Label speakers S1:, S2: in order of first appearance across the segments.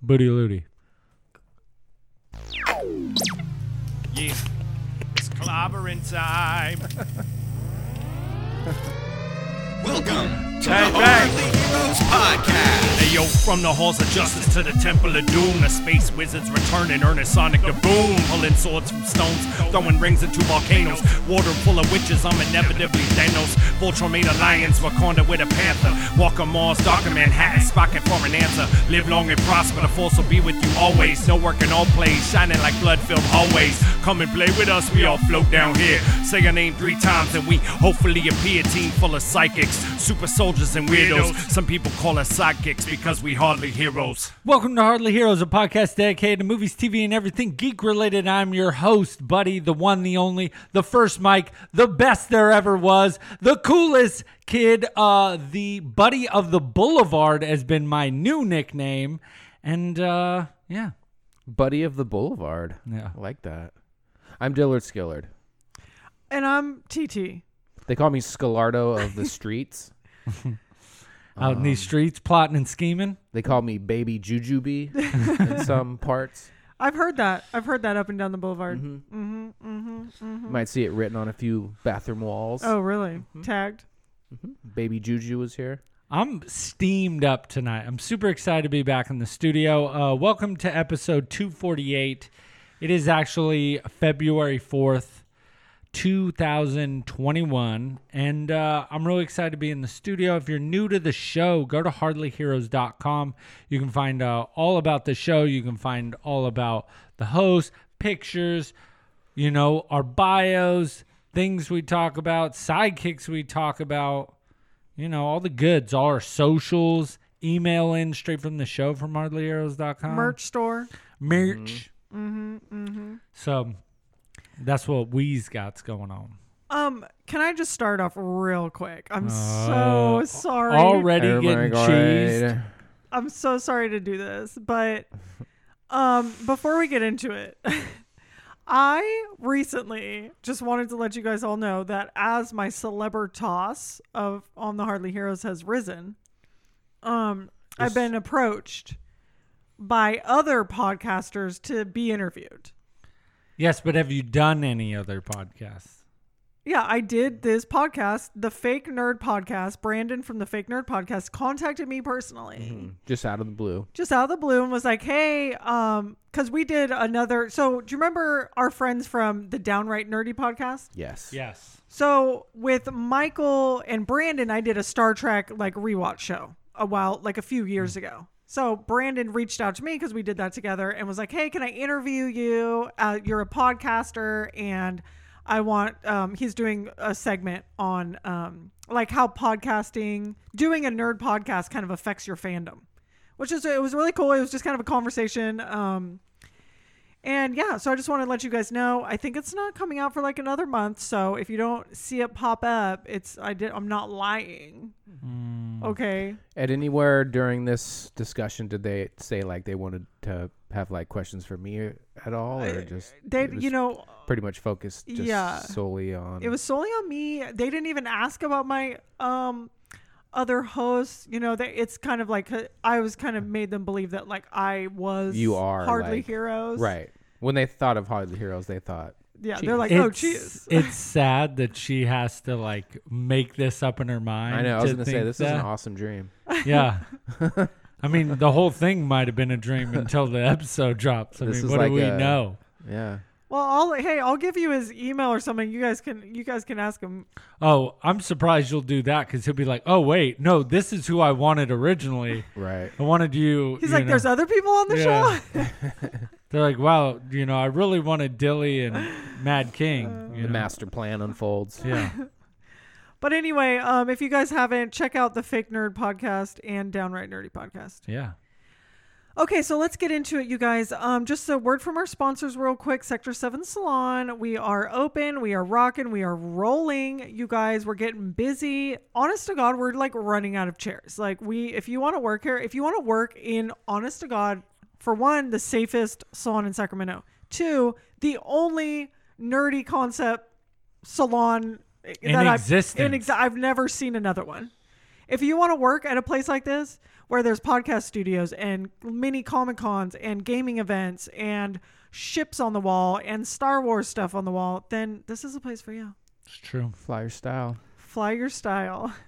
S1: Booty Looty.
S2: Yeah. It's clobbering time.
S3: Welcome to
S2: Bang,
S3: the
S2: bang.
S3: Hardly Heroes Podcast.
S2: Hey yo, from the halls of justice to the temple of doom, the space wizards return and earn a sonic to boom. Pulling swords from stones, throwing rings into volcanoes. Water full of witches, I'm inevitably Thanos. Voltron made alliance, Wakanda with a panther. Walker Mars, darker Manhattan, spocking for an answer. Live long and prosper, the force will be with you always. No work in all plays, shining like blood film always. Come and play with us, we all float down here. Say your name three times and we hopefully appear. Team full of psychics, super soldiers and weirdos. Some people call us sidekicks because we hardly heroes.
S1: Welcome to Hardly Heroes, a podcast dedicated to movies, TV, and everything geek related. I'm your host, buddy, the one, the only, the first Mike, the best there ever was, the coolest kid, uh, the buddy of the boulevard has been my new nickname, and uh, yeah,
S4: Buddy of the Boulevard.
S1: Yeah.
S4: I like that. I'm Dillard Skillard.
S5: And I'm TT.
S4: They call me Scalardo of the streets.
S1: out in these streets plotting and scheming.
S4: They call me Baby Jujubee in some parts.
S5: I've heard that. I've heard that up and down the boulevard.
S4: You might see it written on a few bathroom walls.
S5: Mm-hmm. Oh, really? Tagged.
S4: Baby Juju was here.
S1: I'm steamed up tonight. I'm super excited to be back in the studio. Uh, welcome to episode 248. It is actually February 4th, 2021. And uh, I'm really excited to be in the studio. If you're new to the show, go to hardlyheroes.com. You can find uh, all about the show, you can find all about the host, pictures, you know, our bios, things we talk about, sidekicks we talk about you know, all the goods, all our socials, email in straight from the show from hardlyarrows.com.
S5: Merch store.
S1: Merch. Mm-hmm, mm-hmm. So that's what Wee's got's going on.
S5: Um, can I just start off real quick? I'm so sorry.
S1: Already
S4: Oh my
S1: getting
S4: God.
S1: cheesed.
S5: I'm so sorry to do this, but um, before we get into it, I recently just wanted to let you guys all know that as my celebritas of on the Hardly Heroes has risen, um, I've been approached by other podcasters to be interviewed.
S1: Yes, but have you done any other podcasts?
S5: Yeah, I did this podcast, the Fake Nerd Podcast. Brandon from the Fake Nerd Podcast contacted me personally.
S4: Just out of the blue.
S5: just out of the blue and was like, "Hey, um, because we did another. So do you remember our friends from the Downright Nerdy podcast?
S4: Yes.
S1: Yes.
S5: So with Michael and Brandon, I did a Star Trek like rewatch show a while, like a few years ago. So Brandon reached out to me because we did that together and was like, "Hey, can I interview you? Uh, you're a podcaster, and I want." Um, he's doing a segment on um, like how podcasting, doing a nerd podcast, kind of affects your fandom, which is it was really cool. It was just kind of a conversation. Um, and yeah, so I just wanted to let you guys know. I think it's not coming out for like another month, so if you don't see it pop up, it's I did I'm not lying.
S4: Hmm.
S5: Okay.
S4: At anywhere during this discussion, did they say like they wanted to have like questions for me at all, or just
S5: They
S4: it was
S5: you know,
S4: pretty much focused just
S5: Yeah.
S4: solely on
S5: it was solely on me. They didn't even ask about my um other hosts, you know, that it's kind of like uh, I was kind of made them believe that like I was
S4: You are,
S5: hardly
S4: like-
S5: heroes.
S4: right when they thought of Hardly Heroes, they thought
S5: Yeah,
S4: Jeez.
S5: they're like, "Oh,
S1: It's,
S5: cheers."
S1: it's sad that she has to like make this up in her mind.
S4: I know. I was
S1: to
S4: gonna say
S1: think
S4: this is an
S1: that.
S4: awesome dream.
S1: Yeah. I mean, the whole thing might have been a dream until the episode drops. I
S4: This
S1: mean,
S4: is
S1: what
S4: like
S1: do we
S4: a-
S1: know?
S4: Yeah.
S5: Well, I'll hey, I'll give you his email or something. You guys can you guys can ask him.
S1: Oh, I'm surprised you'll do that because he'll be like, "Oh wait, no, this is who I wanted originally.
S4: Right.
S1: I wanted you."
S5: He's
S1: you
S5: like,
S1: know."
S5: "There's other people on the
S1: Yeah.
S5: show."
S1: They're like, "Wow, you know, I really wanted Dilly and Mad King." you
S4: The
S1: know?
S4: master plan unfolds.
S1: Yeah.
S5: But anyway, um, if you guys haven't, check out the Fake Nerd Podcast and Downright Nerdy Podcast.
S1: Yeah.
S5: Okay, so let's get into it, you guys. Um, just a word from our sponsors, real quick Sector 7 Salon. We are open, we are rocking, we are rolling. You guys, we're getting busy. Honest to God, we're like running out of chairs. Like, we, if you want to work here, if you want to work in, honest to God, for one, the safest salon in Sacramento, two, the only nerdy concept salon
S1: In
S5: that I've,
S1: existence.
S5: in exa- I've never seen another one. If you want to work at a place like this where there's podcast studios and mini comic cons and gaming events and ships on the wall and Star Wars stuff on the wall, then this is a place for you.
S1: It's true.
S4: Flyer style.
S5: Fly your style.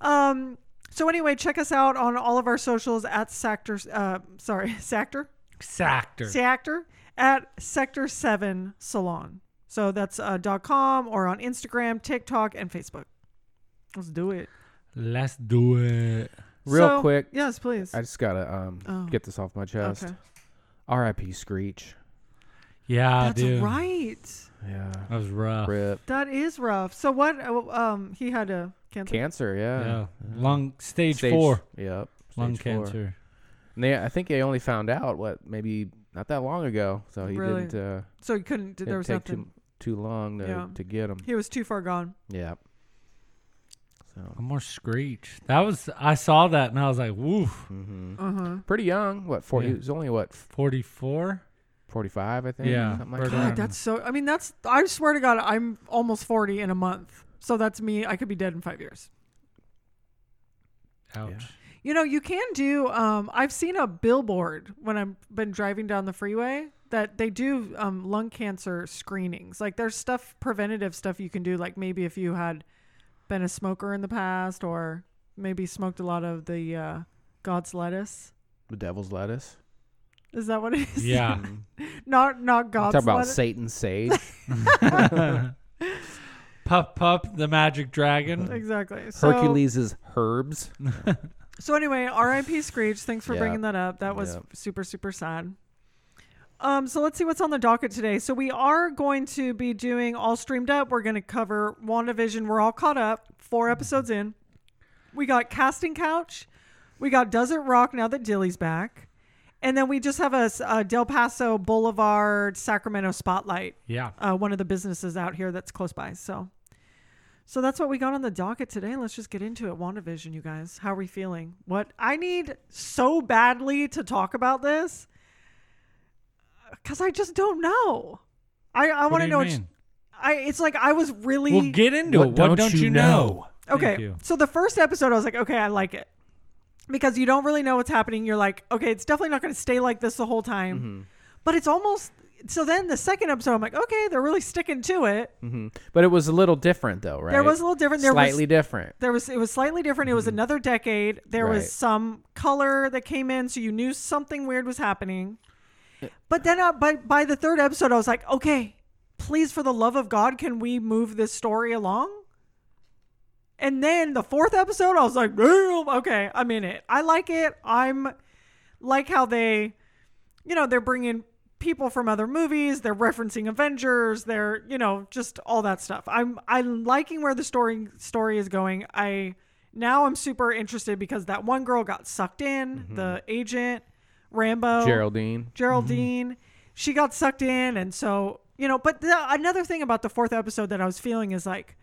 S5: Um. So anyway, check us out on all of our socials at Sector. Uh, sorry, Sector.
S1: Sactor.
S5: Sector at Sector Seven Salon. So that's uh, dot .com or on Instagram, TikTok, and Facebook. Let's do it.
S1: Let's do it.
S4: Real
S5: So-
S4: quick,
S5: Yes, please.
S4: I just gotta um
S5: Oh.
S4: get this off my chest.
S5: Okay.
S4: R.I.P. Screech.
S1: Yeah,
S5: That's
S1: dude.
S5: right.
S4: Yeah.
S1: That was rough.
S4: Rip.
S5: That is rough. So what? uh, Um, he had a cancer.
S4: Cancer. Yeah.
S1: Yeah. Lung stage,
S4: Stage-
S1: four
S4: Yep.
S1: lung
S4: stage four.
S1: cancer.
S4: And they, I think they only found out what maybe not that long ago, so he
S5: Really?
S4: didn't. Uh,
S5: So he couldn't. There
S4: didn't
S5: was
S4: take
S5: nothing.
S4: too too long to,
S5: Yeah.
S4: to get him.
S5: He was too far gone.
S4: Yeah. So
S1: One more screech. That was I saw that and I was like, woof.
S5: Uh huh.
S4: Mm-hmm. pretty young. What? Four,
S1: Yeah.
S4: He was only what
S1: Forty four.
S4: forty-five, I think.
S1: Yeah,
S4: Something like
S1: right
S4: that.
S1: around.
S5: God, that's so. I mean, that's. I swear to God, I'm almost forty in a month. So that's me. I could be dead in five years.
S1: Ouch.
S5: You know, you can do. Um, I've seen a billboard when I've been driving down the freeway that they do um, lung cancer screenings. Like there's stuff preventative stuff you can do. Like maybe if you had been a smoker in the past, or maybe smoked a lot of the uh, God's lettuce.
S4: The devil's lettuce. Mm-hmm.
S5: Is that what it is?
S1: Yeah.
S5: Not not God's
S4: Talk about
S5: lettuce.
S4: Satan's sage.
S1: Pup Pup, the magic dragon.
S5: Exactly. So,
S4: Hercules' herbs.
S5: So anyway, R.I.P. Screech. Thanks for
S4: Yeah.
S5: bringing that up. That was
S4: Yeah.
S5: super super sad. Um, so let's see what's on the docket today. So we are going to be doing all streamed up. We're going to cover WandaVision. We're all caught up. Four episodes in. We got Casting Couch. We got Desert Rock now that Dilly's back. And then we just have a, s- a Del Paso Boulevard Sacramento Spotlight,
S1: Yeah.
S5: uh, one of the businesses out here that's close by. So so that's what we got on the docket today. Let's just get into it. WandaVision, you guys. How are we feeling? What I need so badly to talk about this because I just don't know. I, I
S1: What
S5: want
S1: do
S5: to
S1: you
S5: know.
S1: mean?
S5: I it's like I was really
S1: Well, get into it. What don't you know? Thank
S5: okay.
S1: you.
S5: So the first episode, I was like, okay, I like it because you don't really know what's happening. You're like, okay, it's definitely not going to stay like this the whole time, but it's almost. So then the second episode, I'm like, okay, they're really sticking to it.
S4: But it was a little different, though, right?
S5: There was a little different. There was
S4: Slightly different.
S5: there was it was slightly different. It was another decade. There
S4: Right.
S5: was some color that came in, so you knew something weird was happening. But then, uh, by by the third episode, I was like, okay, please, for the love of God, can we move this story along? And then the fourth episode, I was like, damn, okay, I'm in it. I like it. I'm like how they, you know, they're bringing people from other movies. They're referencing Avengers. They're, you know, just all that stuff. I'm I'm liking where the story story is going. I now I'm super interested because that one girl got sucked in. The agent, Rambo,
S4: Geraldine.
S5: Geraldine.
S4: Mm-hmm.
S5: She got sucked in, and so you know. But the, another thing about the fourth episode that I was feeling is like,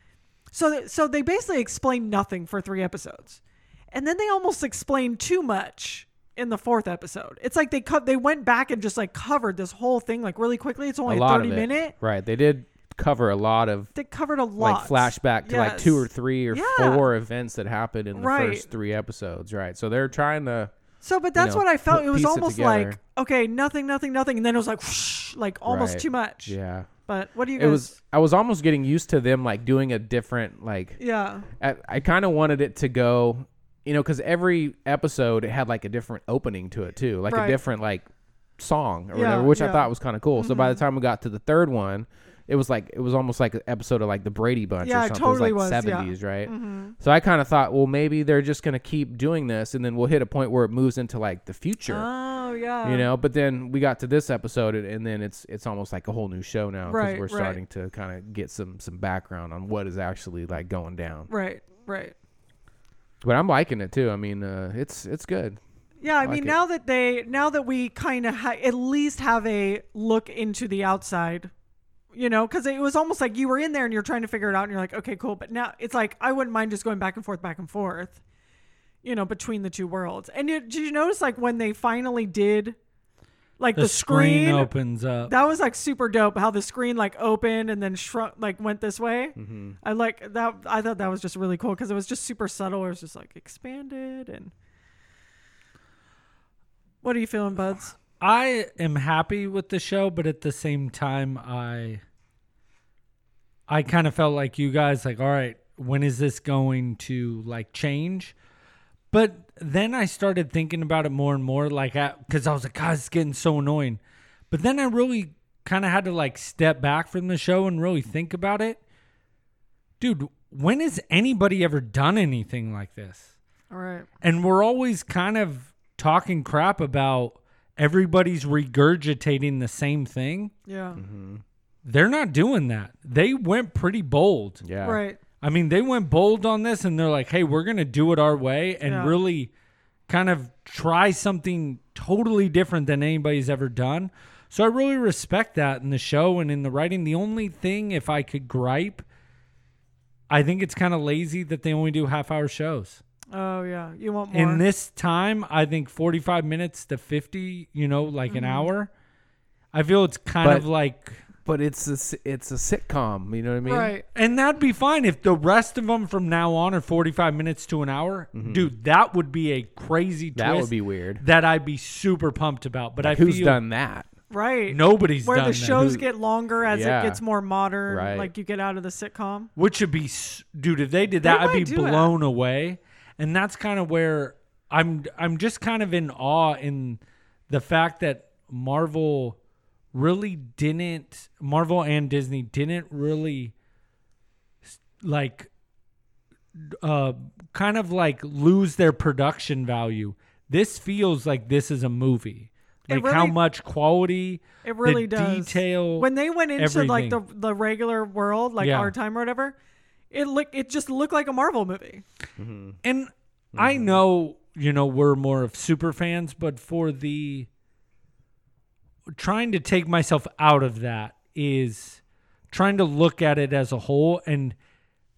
S5: so th- so they basically explained nothing for three episodes, and then they almost explained too much in the fourth episode. It's like they co- they went back and just like covered this whole thing like really quickly. It's only
S4: a
S5: a,
S4: lot
S5: thirty
S4: of it.
S5: minute.
S4: Right. They did cover a lot of
S5: They covered a lot.
S4: like flashback to like
S5: Yes.
S4: two or three or
S5: Yeah.
S4: four events that happened in the
S5: Right.
S4: first three episodes. Right. So they're trying to.
S5: So, but that's
S4: know,
S5: what I felt.
S4: put-
S5: It was
S4: piece it
S5: almost
S4: together.
S5: like okay, nothing, nothing, nothing, and then it was like, whoosh, like almost
S4: Right.
S5: too much.
S4: Yeah.
S5: But what do you guys?
S4: It was. I was almost getting used to them like doing a different like.
S5: yeah.
S4: I, I kind of wanted it to go, you know, because every episode it had like a different opening to it too, like
S5: Right.
S4: a different like song or
S5: Yeah,
S4: whatever, which I
S5: yeah. Mm-hmm.
S4: thought was kind of cool. So by the time we got to the third one, it was like it was almost like an episode of like the Brady Bunch
S5: Yeah,
S4: or
S5: it
S4: something.
S5: totally
S4: it was
S5: was, yeah. Mm-hmm.
S4: like 70s, right? So I kind of thought, well, maybe they're just gonna keep doing this, and then we'll hit a point where it moves into like the future.
S5: Oh yeah.
S4: you know, but then we got to this episode, and, and then it's it's almost like a whole new show now because
S5: Right,
S4: we're
S5: right.
S4: starting to kind of get some some background on what is actually like going down.
S5: Right. Right.
S4: But I'm liking it too. I mean, uh, it's it's good.
S5: Yeah, I
S4: Like
S5: mean
S4: it.
S5: now that they now that we kind of ha- at least have a look into the outside, you know, because it was almost like you were in there and you're trying to figure it out, and you're like, okay, cool. But now it's like I wouldn't mind just going back and forth, back and forth, you know, between the two worlds. And it, did you notice like when they finally did, like the,
S1: the screen opens up.
S5: that was like super dope how the screen like opened and then shrunk like went this way
S1: Mm-hmm.
S5: i like that i thought that was just really cool because it was just super subtle it was just like expanded and what are you feeling buds
S1: I am happy with the show, but at the same time, I I kind of felt like you guys like, all right, when is this going to like change? But then I started thinking about it more and more, like because I, was like, God, it's getting so annoying. But then I really kind of had to like step back from the show and really think about it, dude. When has anybody ever done anything like this?
S5: all right
S1: and we're always kind of talking crap about everybody's regurgitating the same thing.
S5: yeah
S1: Mm-hmm. They're not doing that. They went pretty bold.
S4: Yeah.
S5: right
S1: I mean, they went bold on this and they're like, hey, we're going to do it our way and
S5: Yeah.
S1: really kind of try something totally different than anybody's ever done. So I really respect that in the show and in the writing. The only thing, if I could gripe, I think it's kind of lazy that they only do half hour shows
S5: oh yeah you want more
S1: in this time i think 45 minutes to 50 you know like an hour i feel it's kind
S4: But-
S1: of like
S4: But it's a s- it's a sitcom. You know what I mean?
S5: right
S1: and that'd be fine if the rest of them from now on are 45 minutes to an hour dude that would be a crazy
S4: Mm-hmm. That would
S1: twist
S4: be weird.
S1: that i'd be super pumped about but i
S4: Who's
S1: feel
S4: done that?
S5: right
S1: nobody's
S5: where
S1: done
S5: the
S1: that.
S5: shows get longer as
S4: Yeah.
S5: it gets more modern
S4: Right.
S5: like you get out of the sitcom
S1: which would be s- dude if they did that
S5: might
S1: i'd be
S5: do that.
S1: blown away and that's kind of where i'm i'm just kind of in awe in the fact that marvel really didn't marvel and disney didn't really s- like uh kind of like lose their production value this feels like this is a movie
S5: It
S1: like how
S5: really-
S1: much quality
S5: It really
S1: the
S5: does.
S1: detail
S5: when they went into like the
S1: everything.
S5: the regular world, like
S1: Yeah.
S5: our time or whatever, it look it just looked like a Marvel movie.
S1: and I know you know we're more of super fans, but for the trying to take myself out of that is trying to look at it as a whole, and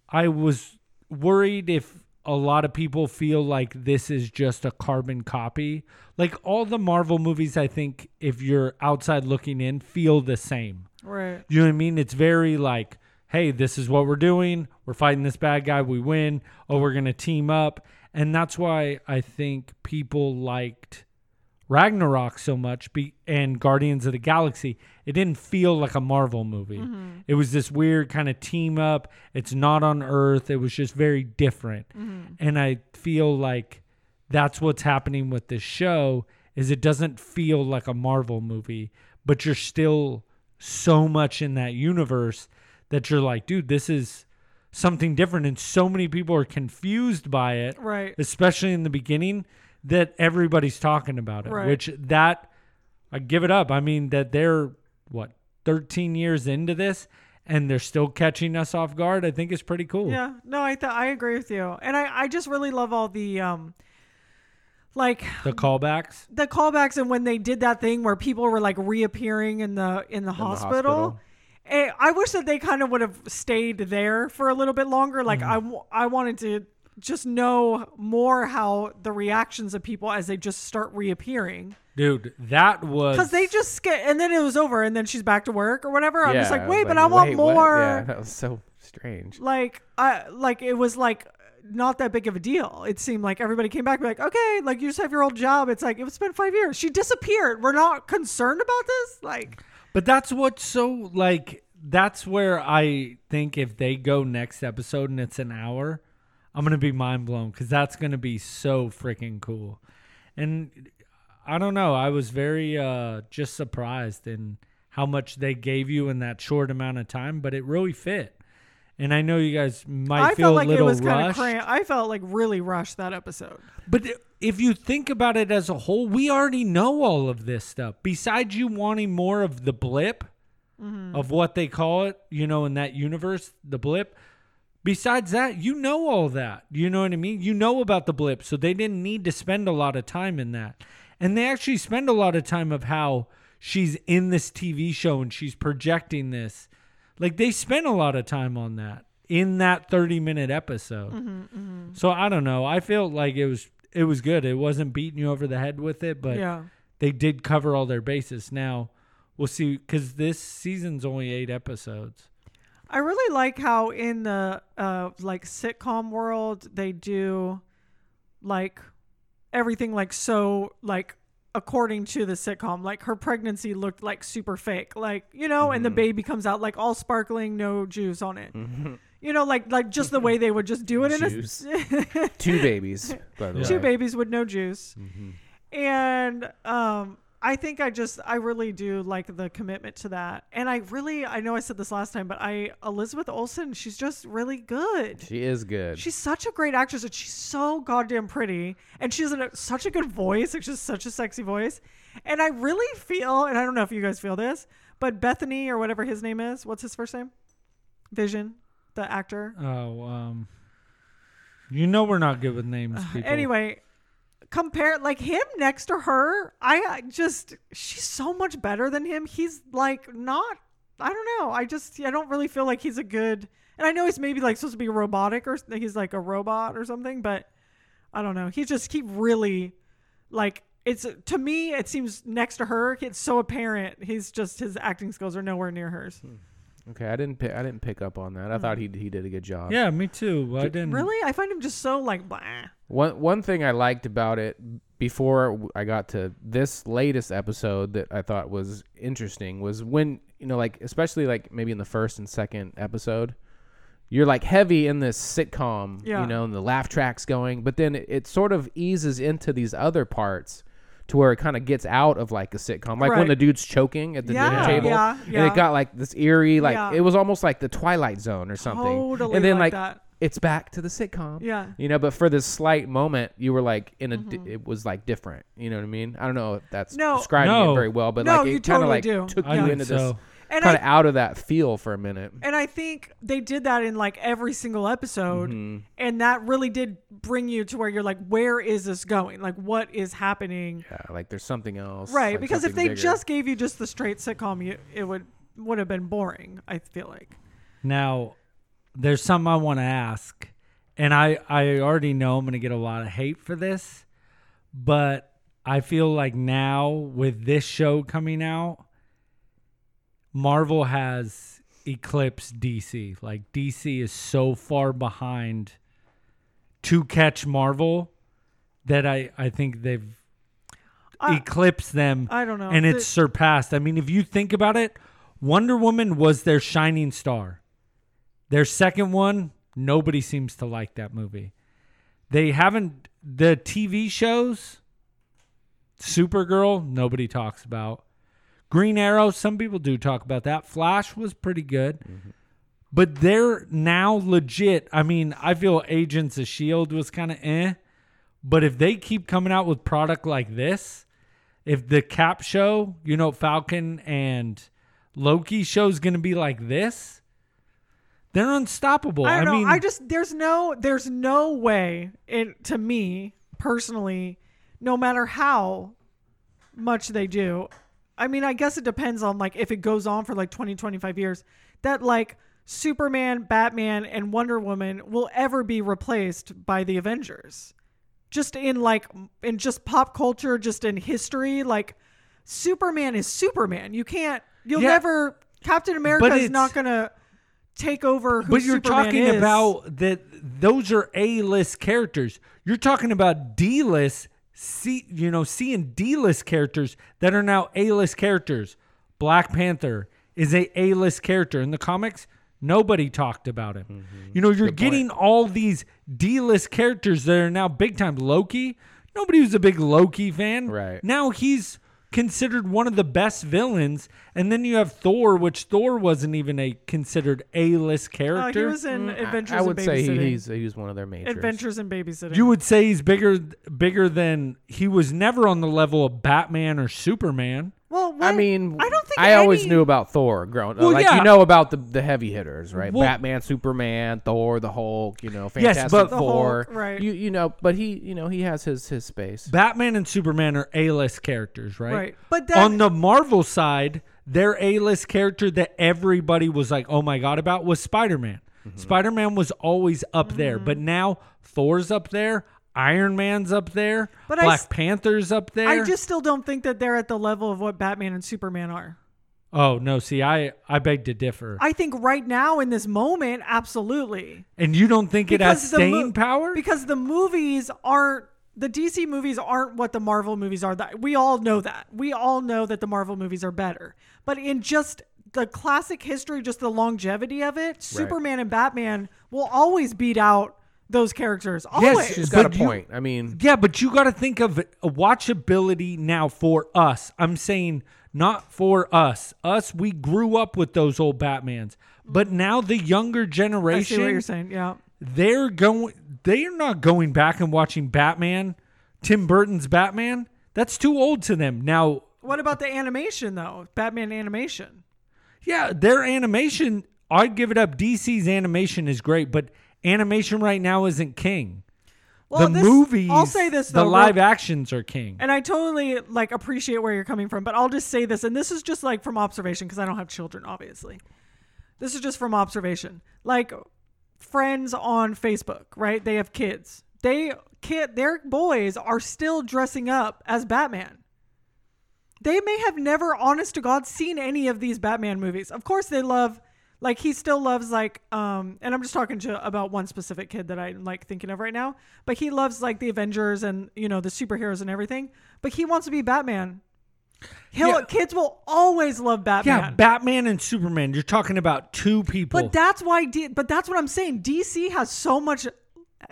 S1: I was worried if a lot of people feel like this is just a carbon copy. Like all the Marvel movies, I think if you're outside looking in, feel the same.
S5: Right.
S1: You know what I mean? It's very like, hey, this is what we're doing. We're fighting this bad guy. We win. Oh, we're going to team up. And that's why I think people liked Ragnarok so much be- and Guardians of the Galaxy. It didn't feel like a Marvel movie. It was this weird kind of team up. It's not on Earth. It was just very different. And I feel like that's what's happening with this show is it doesn't feel like a Marvel movie, but you're still so much in that universe that you're like, dude, this is something different and so many people are confused by it
S5: Right.
S1: especially in the beginning that everybody's talking about it
S5: Right.
S1: which that i give it up i mean that they're what 13 years into this and they're still catching us off guard i think is pretty cool
S5: Yeah. No, I th- I agree with you, and I I just really love all the um, like
S1: the callbacks
S5: the callbacks and when they did that thing where people were like reappearing in the in the hospital.
S4: hospital.
S5: eh, I wish that they kind of would have stayed there for a little bit longer. Like
S4: Mm.
S5: I w I I, wanted to just know more how the reactions of people as they just start reappearing.
S1: dude that was
S5: because they just skip and then it was over and then she's back to work or whatever i'm just
S4: Yeah,
S5: like wait but i want
S4: wait, what?"
S5: more
S4: Yeah, that was so strange.
S5: like i like it was like not that big of a deal it seemed like everybody came back like okay like you just have your old job it's like it's been five years she disappeared we're not concerned about this like
S1: But that's what's so like that's where I think if they go next episode and it's an hour, I'm gonna be mind blown because that's gonna be so freaking cool. And I don't know, I was very uh just surprised in how much they gave you in that short amount of time, but it really fit. And I know you guys might
S5: i,
S1: feel
S5: felt
S1: a
S5: like it
S1: little
S5: was kind of
S1: rushed.
S5: cramped i felt like really rushed that episode
S1: But if you think about it as a whole, we already know all of this stuff. Besides you wanting more of the blip of what they call it, you know, in that universe, the blip. Besides that, you know all that. You know what I mean? You know about the blip, so they didn't need to spend a lot of time in that. And they actually spend a lot of time of how she's in this TV show and she's projecting this. Like they spent a lot of time on that in that 30 minute episode. So I don't know. I felt like it was it was good. It wasn't beating you over the head with it, but
S5: yeah
S1: they did cover all their bases. Now we'll see because this season's only eight episodes.
S5: I really like how in the uh like sitcom world they do like everything like so like according to the sitcom like her pregnancy looked like super fake like you know and the baby comes out like all sparkling no juice on it you know like like just the way they would just do it in
S4: Juice.
S5: a
S4: Two babies, by the way.
S5: two babies with no juice and um i think i just i really do like the commitment to that and i really i know i said this last time but i elizabeth olsen she's just really good
S4: She is good.
S5: she's such a great actress and she's so goddamn pretty and she's in a, such a good voice like she's such a sexy voice and i really feel and i don't know if you guys feel this but bethany or whatever his name is what's his first name vision the actor
S1: Oh, um, you know we're not good with names. People.
S5: Uh, Anyway, compare like him next to her. I I just she's so much better than him. He's like not. I don't know. I just I don't really feel like he's a good. And I know he's maybe like supposed to be robotic or he's like a robot or something, but I don't know. He just he really like it's to me it seems next to her it's so apparent he's just his acting skills are nowhere near hers.
S4: Okay, I didn't pick. I didn't pick up on that.
S5: Mm.
S4: I thought he he did a good job.
S1: yeah, me too. but I didn't
S5: Really? I find him just so like blah.
S4: One one thing I liked about it before w- I got to this latest episode that I thought was interesting was when you know like especially like maybe in the first and second episode you're like heavy in this sitcom
S5: Yeah.
S4: you know and the laugh tracks going but then it, it sort of eases into these other parts to where it kind of gets out of like a sitcom like
S5: Right.
S4: when the dude's choking at the dinner
S5: Yeah,
S4: table
S5: yeah,
S4: and
S5: yeah.
S4: it got like this eerie like
S5: Yeah.
S4: it was almost like the twilight zone or something
S5: Totally
S4: and then like,
S5: like that.
S4: it's back to the sitcom
S5: Yeah. Mm-hmm.
S4: you know but for this slight moment you were like in a di- it was like different you know what i mean i don't know if that's
S5: No.
S4: describing
S1: No.
S4: it very well but
S5: No,
S4: like it
S5: you
S4: kind of
S5: totally
S4: like
S5: do.
S4: took
S1: I
S4: you
S1: think
S4: into this
S1: so.
S5: And
S4: kind
S5: I-
S4: of out of that feel for a minute
S5: And I think they did that in like every single episode.
S4: Mm-hmm.
S5: And that really did bring you to where you're like, where is this going? Like, what is happening?
S4: yeah, like there's something else
S5: right.
S4: like
S5: because if
S4: something
S5: they
S4: bigger.
S5: just gave you just the straight sitcom, you, it would would have been boring, I feel like.
S1: Now, there's something I want to ask, and I I already know I'm gonna get a lot of hate for this, but I feel like now with this show coming out, Marvel has eclipsed DC. Like DC is so far behind to catch Marvel that I I think they've
S5: I-
S1: eclipsed them.
S5: I don't know.
S1: and it's
S5: The-
S1: surpassed. I mean, if you think about it, Wonder Woman was their shining star. Their second one, nobody seems to like that movie. They haven't the TV shows. Supergirl, nobody talks about. Green Arrow, some people do talk about that. Flash was pretty good. But they're now legit. I mean, I feel Agents of Shield E was kind of eh, but if they keep coming out with product like this, if the cap show, you know, Falcon and Loki show is going to be like this, they're unstoppable.
S5: I
S1: I,
S5: don't know.
S1: mean,
S5: I just there's no there's no way it to me personally, no matter how much they do. I mean, I guess it depends on like if it goes on for like 20, 25 years, that like Superman, Batman, and Wonder Woman will ever be replaced by the Avengers. Just in like in just pop culture, just in history, like Superman is Superman. You can't you'll
S1: Yeah.
S5: never Captain America is
S1: it's-
S5: not gonna take over who
S1: but you're
S5: Superman
S1: talking
S5: is.
S1: about that those are A-list characters. You're talking about D-list, C, you know, C and D-list characters that are now A-list characters. Black Panther is a A-list character in the comics. Nobody talked about him.
S5: Mm-hmm.
S1: You know, you're getting all these D-list characters that are now big time. Loki, nobody was a big Loki fan.
S4: Right.
S1: Now he's considered one of the best villains. And then you have Thor, which Thor wasn't even a considered A-list character.
S5: No, he was in Adventures
S4: Mm, i would
S5: in
S4: say
S5: Babysitting.
S4: he, he's he's one of their majors
S5: Adventures in Babysitting.
S1: You would say he's bigger bigger than he was never on the level of Batman or Superman.
S5: well,
S4: I
S5: what-
S4: mean,
S5: I don't think
S4: I always
S5: any-
S4: knew about Thor growing.
S1: Well,
S4: like
S1: yeah.
S4: you know about the, the heavy hitters, right?
S1: Well-
S4: Batman, Superman, Thor, the Hulk. You know,
S1: Yes,
S4: Fantastic
S1: but- The
S4: Four.
S5: Hulk, right.
S4: You you know, but he you know he has his his space.
S1: Batman and Superman are A-list characters, right?
S5: Right. But then-
S1: on the Marvel side, their A-list character that everybody was like, "Oh my god,"
S5: Mm.
S1: about was Spider-Man. Spider-Man was always up there, but now Thor's up there. Iron Man's up there.
S5: But I
S1: Black
S5: s-
S1: Panther's up there.
S5: I just still don't think that they're at the level of what Batman and Superman are.
S1: Oh no, see I I beg to differ.
S5: I think right now in this moment, absolutely.
S1: and you don't think it has
S5: the mo-
S1: staying power?
S5: Because the movies aren't the DC movies aren't what the Marvel movies are. That we all know that. We all know that the Marvel movies are better. But in just the classic history, just the longevity of it, Superman and Batman will always beat out those characters. Always.
S4: She's got a
S1: But you-
S4: point. I mean,
S1: yeah, but you got to think of a watchability now for us. I'm saying not for us. Us we grew up with those old Batmans. But now the younger
S5: I see what you're
S1: generation
S5: saying. Yeah.
S1: they're going they're not going back and watching Batman, Tim Burton's Batman. That's too old to them. Now
S5: What about the animation though? Batman animation.
S1: Yeah, their animation, I'd give it up. DC's animation is great, but animation right now isn't king. the
S5: this-
S1: movies,
S5: I'll say this though.
S1: the
S5: real-
S1: live actions are king.
S5: and I totally like appreciate where you're coming from, but I'll just say this, and this is just like from observation because I don't have children, obviously. This is just from observation. Like friends on Facebook, right? They have kids. They kid their boys are still dressing up as Batman. They may have never, honest to God, seen any of these Batman movies. Of course, they love, like he still loves, like, um, and I'm just talking to about one specific kid that I'm like thinking of right now. But he loves like the Avengers and you know the superheroes and everything. But he wants to be Batman. He'll
S1: Yeah.
S5: kids will always love
S1: yeah,
S5: Batman.
S1: Batman and Superman. You're talking about two people.
S5: But that's why. D- but that's what I'm saying. DC has so much,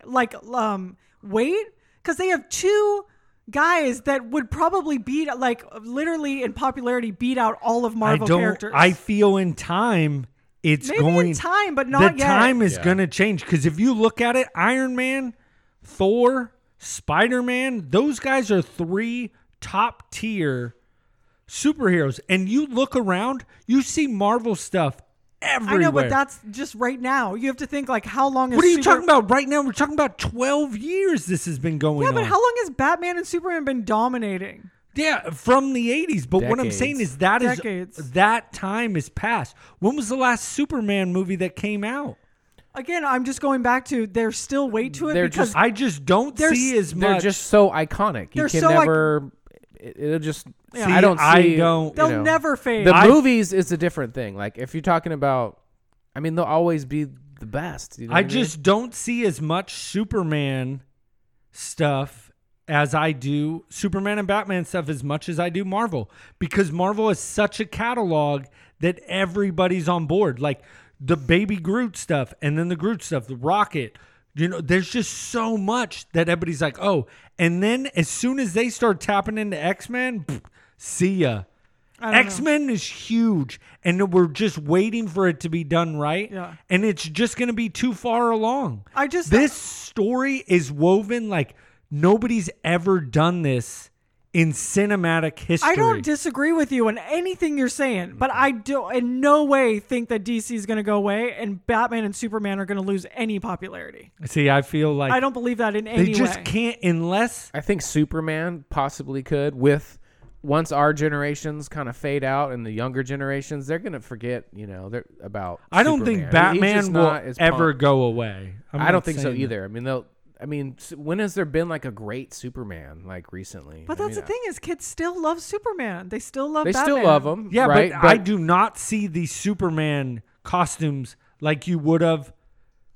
S5: like, um, weight because they have two guys that would probably beat, like, literally in popularity, beat out all of
S1: I
S5: Marvel
S1: don't.
S5: characters.
S1: I feel in time it's
S5: Maybe
S1: going.
S5: in time, but not
S1: the
S5: yet.
S1: time is going to change because if you look at it, Iron Man, Thor, Spider Man, those guys are three top tier superheroes. And you look around, you see Marvel stuff
S5: I
S1: everywhere.
S5: know, but that's just right now. You have to think like how long is
S1: What are you
S5: Super-
S1: talking about right now? We're talking about 12 years this has been going
S5: Yeah,
S1: on.
S5: but how long has Batman and Superman been dominating?
S1: Yeah, from the 80s. But what I'm
S4: Decades.
S1: saying is that is
S5: Decades.
S1: that time is past. When was the last Superman movie that came out?
S5: Again, I'm just going back to there's still weight to it
S4: They're
S5: because
S4: just-
S1: I just don't
S5: There's-
S1: see as
S4: they're
S1: much.
S4: just so iconic. You
S5: They're
S4: can
S5: so ic-
S4: never. it- It'll just.
S5: Yeah.
S1: See,
S4: I don't. See,
S1: I don't-
S5: they'll
S4: you know.
S5: never fade.
S4: The
S5: I-
S4: movies is a different thing. Like if you're talking about, I mean, they'll always be the best. you know what
S1: I
S4: mean?
S1: just don't see as much Superman stuff as I do Superman and Batman stuff as much as I do Marvel because Marvel is such a catalog that everybody's on board. Like the baby Groot stuff and then the Groot stuff, the Rocket. You know, there's just so much that everybody's like, oh. And then as soon as they start tapping into X Men, see ya. X Men is huge, and we're just waiting for it to be done right.
S5: Yeah.
S1: And it's just going to be too far along.
S5: I just-
S1: this story is woven like nobody's ever done this in cinematic history.
S5: I don't disagree with you on anything you're saying, but I do in no way think that DC is going to go away and Batman and Superman are going to lose any popularity.
S1: see. I feel like
S5: I don't believe that in
S1: They
S5: any
S1: just
S5: way.
S1: can't unless
S4: I think Superman possibly could with once our generations kind of fade out and the younger generations, they're gonna forget. You know, they're about.
S1: I don't
S4: Superman.
S1: think
S4: He- he's
S1: Batman
S4: just
S1: will
S4: not as
S1: ever
S4: punk.
S1: go away. I'm
S4: I don't
S1: not
S4: think so
S1: saying that.
S4: either. I mean, they'll. I mean, s- when has there been like a great Superman like recently?
S5: But
S4: I
S5: that's the
S4: mean,
S5: thing is kids still love Superman. They still love
S4: They
S5: Batman.
S4: still love him.
S1: Yeah,
S4: right?
S1: but, I do not see these Superman costumes like you would have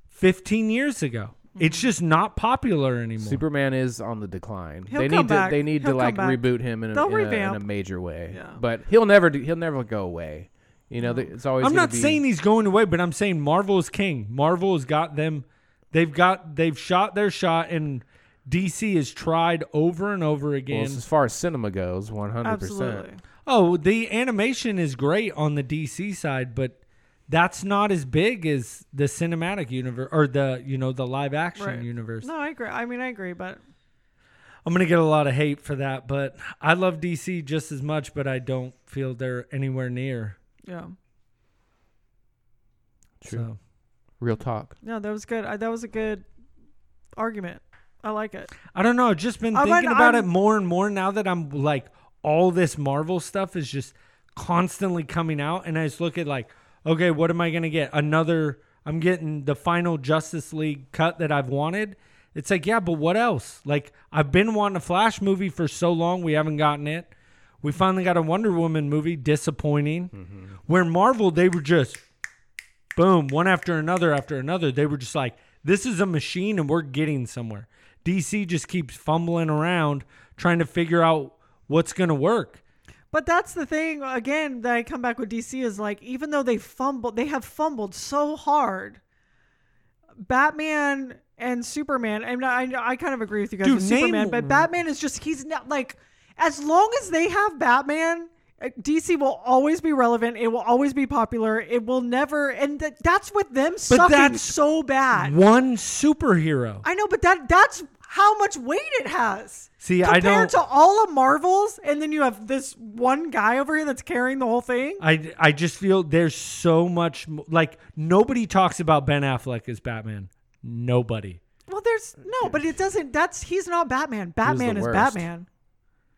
S1: 15 years ago.
S5: Mm-hmm.
S1: It's just not popular anymore.
S4: Superman is on the decline.
S5: He'll
S4: they need
S5: come
S4: to
S5: back.
S4: they need
S5: He'll
S4: to
S5: come
S4: like
S5: back.
S4: reboot him in a,
S5: They'll
S4: in a- in a
S5: revamp.
S4: major way.
S5: Yeah.
S4: But he'll never do, he'll never go away. You know, th- it's always.
S1: I'm
S4: gonna
S1: not
S4: be-
S1: saying he's going away, but I'm saying Marvel is king. Marvel has got them. They've got they've shot their shot, and DC has tried over and over
S4: well,
S1: again.
S4: as far as cinema goes, 100.
S5: Absolutely.
S4: percent
S1: oh, the animation is great on the DC side, but that's not as big as the cinematic universe or the you know the live action
S5: Right.
S1: universe.
S5: No, I agree. I mean, I agree, but
S1: I'm gonna get a lot of hate for that, but I love DC just as much, but I don't feel they're anywhere near.
S5: yeah.
S4: True.
S1: So.
S4: Real talk.
S5: No, that was good. I, that was a good argument. I like it.
S1: I don't know. I've just been
S5: I
S1: thinking
S5: mean,
S1: about
S5: I'm-
S1: it more and more now that I'm like all this Marvel stuff is just constantly coming out, and I just look at like, okay, what am I gonna get? Another? I'm getting the final Justice League cut that I've wanted. It's like, yeah, but what else? Like, I've been wanting a Flash movie for so long, we haven't gotten it. We finally got a Wonder Woman movie, disappointing. Where Marvel, they were just boom, one after another after another. They were just like, this is a machine and we're getting somewhere. DC just keeps fumbling around trying to figure out what's going to work.
S5: But that's the thing again that I come back with DC is like even though they fumbled, they have fumbled so hard. Batman and Superman, and I I kind of agree with you guys
S1: Dude,
S5: with
S1: name-
S5: Superman, but Batman is just he's not like as long as they have Batman. uh, DC will always be relevant. It will always be popular. It will never, and th- that's with them sucking
S1: that's
S5: so bad.
S1: One superhero.
S5: I know, but that that's how much weight it has.
S1: See, I
S5: compared
S1: don't-
S5: to all of Marvel's, and then you have this one guy over here that's carrying the whole thing.
S1: I, I just feel there's so much mo- like nobody talks about Ben Affleck as Batman. Nobody.
S5: Well, there's no, but it doesn't. That's he's not Batman. Batman is
S4: worst?
S5: Batman.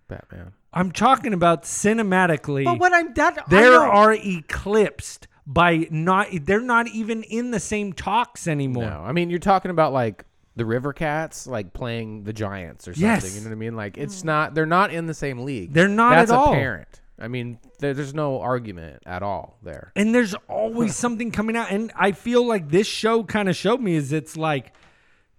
S4: Batman.
S1: I'm talking about cinematically.
S5: But what I'm that I
S1: there
S5: know-
S1: are eclipsed by not they're not even in the same talks anymore.
S4: No, I mean you're talking about like the River Cats, like playing the Giants or something.
S1: Yes.
S4: You know what I mean? Like
S5: Mm.
S4: it's not. They're not in the same league.
S1: They're not
S4: That's
S1: at all.
S4: apparent. I mean, there, there's no argument at all there.
S1: and there's always something coming out and i feel like this show kind of showed me is it's like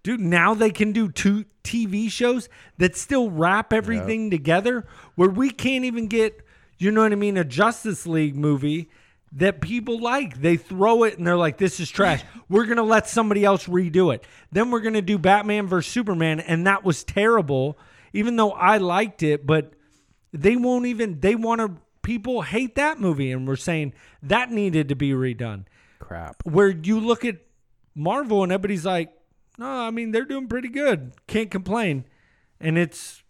S1: dude now they can do two tv shows that still wrap everything together where we can't even get you know what i mean a justice league movie that people like they throw it and they're like this is trash we're gonna let somebody else redo it then we're gonna do batman versus superman and that was terrible even though i liked it but they won't even they want to people hate that movie and we're saying that needed to be redone
S4: Crap.
S1: where you look at marvel and everybody's like no i mean they're doing pretty good can't complain and it's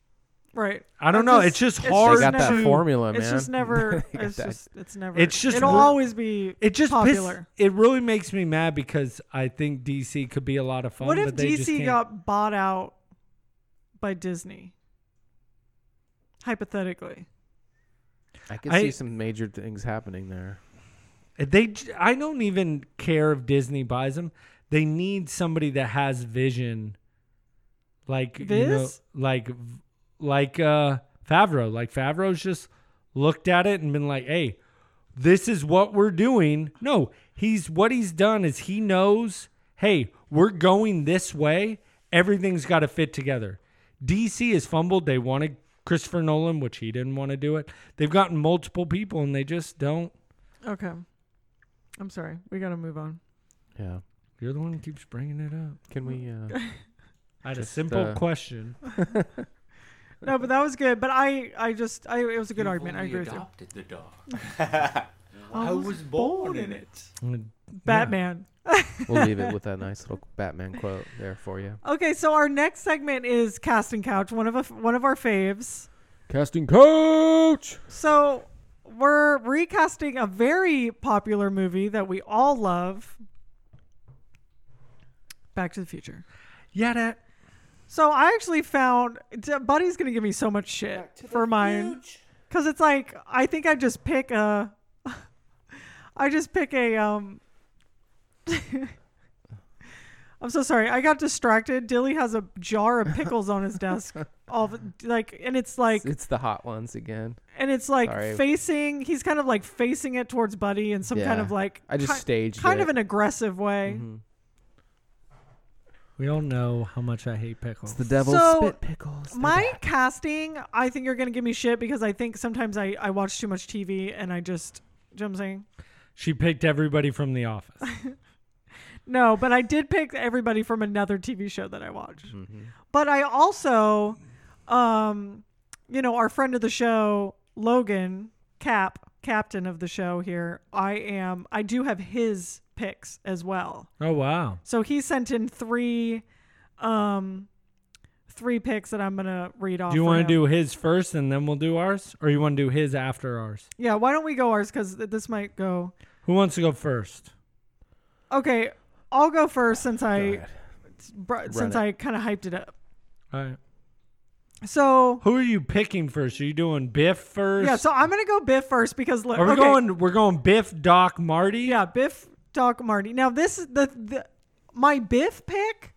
S5: right.
S1: I don't know, it's just hard
S4: They got that
S5: never-
S4: formula,
S5: It's
S4: man.
S5: just never.
S4: They got
S5: it's
S4: that.
S5: just. It's never.
S1: It's just
S5: It'll
S1: wor-
S5: always be.
S1: it just piss-
S5: popular.
S1: it really makes me mad because i think dc could be a lot of fun
S5: what if
S1: but they just
S5: DC
S1: can't.
S5: got bought out by Disney? Hypothetically,
S4: I can
S1: I-
S4: see some major things happening there.
S1: They, j- I don't even care if Disney buys them. They need somebody that has vision, like you know,
S5: Viz?
S1: like like uh Favreau. Like Favreau's just looked at it and been like, "Hey, this is what we're doing." No, he's what he's done is he knows, "Hey, we're going this way. Everything's got to fit together." DC has fumbled. They wanted Christopher Nolan, which he didn't want to do it. They've gotten multiple people, and they just don't.
S5: okay. I'm sorry. We gotta move on.
S4: Yeah.
S1: You're the one who keeps bringing it up.
S4: Can we? Uh,
S1: I had
S4: Just,
S1: a simple
S4: uh,
S1: question.
S5: No, but that was good. But I, I just, I, it was a good argument. I agree with you.
S6: adopted the dog. I was born in it.
S5: Batman.
S4: we'll leave it with that nice little Batman quote there for you.
S5: Okay, so our next segment is casting couch, one of a, one of our faves.
S4: Casting coach.
S5: So we're recasting a very popular movie that we all love, Back to the Future.
S1: Yeah, that.
S5: So I actually found D- Buddy's gonna give me so much shit for mine because it's like I think I just pick a, I just pick a um. I'm so sorry. I got distracted. Dilly has a jar of pickles on his desk. All of, like, and it's like,
S4: It's the hot ones again.
S5: and it's like
S4: sorry.
S5: facing. He's kind of like facing it towards Buddy in some kind
S4: Yeah.
S5: of like.
S4: I just
S5: ki-
S4: staged
S5: Kind
S4: it. Mm-hmm.
S5: of an aggressive way.
S1: We all know how much I hate pickles.
S4: The devil's
S5: So,
S4: spit pickles.
S5: my casting i think you're gonna give me shit because i think sometimes i i watch too much tv and i just do you know what i'm saying
S1: she picked everybody from The Office.
S5: no but i did pick everybody from another tv show that i watch
S4: Mm-hmm.
S5: but i also um you know our friend of the show logan cap captain of the show here i am i do have his picks as well
S1: Oh wow.
S5: so he sent in three um three picks that i'm gonna read off
S1: Do you
S5: for
S1: want
S5: him.
S1: to do his first and then we'll do ours, or you want to do his after ours?
S5: Yeah, why don't we go ours? Because this might go.
S1: Who wants to go first?
S5: Okay, I'll go first since I br- since
S4: it.
S5: I kind of hyped it up.
S1: All right.
S5: So
S1: Who are you picking first? Are you doing Biff first?
S5: yeah, so I'm gonna go Biff first because look,
S1: are we
S5: okay,
S1: going? We're going Biff, Doc, Marty.
S5: Yeah, Biff, Doc, Marty. Now this is the, the my Biff pick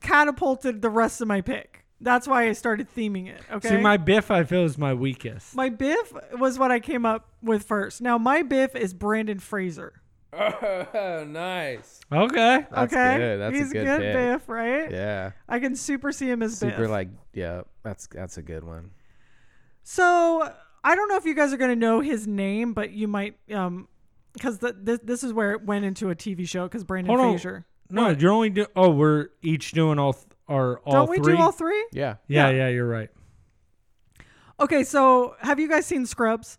S5: catapulted the rest of my pick. That's why I started theming it. Okay.
S1: See, my Biff, I feel, is my weakest.
S5: My biff was what I came up with first. Now my biff is Brandon Fraser.
S4: Oh, nice.
S1: Okay.
S4: That's
S5: okay,
S4: good. That's
S5: he's
S4: a good, pick.
S5: biff, right?
S4: Yeah.
S5: I can super see him as
S4: Super
S5: biff.
S4: like yeah, that's that's a good one.
S5: So I don't know if you guys are gonna know his name, but you might, um, because this this is where it went into a TV show because Brandon
S1: Hold on.
S5: Fraser.
S1: No, you're only do. Oh, we're each doing all th- our all
S5: Don't we
S1: three.
S5: do all three?
S4: Yeah.
S1: yeah, yeah, you're right.
S5: Okay, so have you guys seen Scrubs?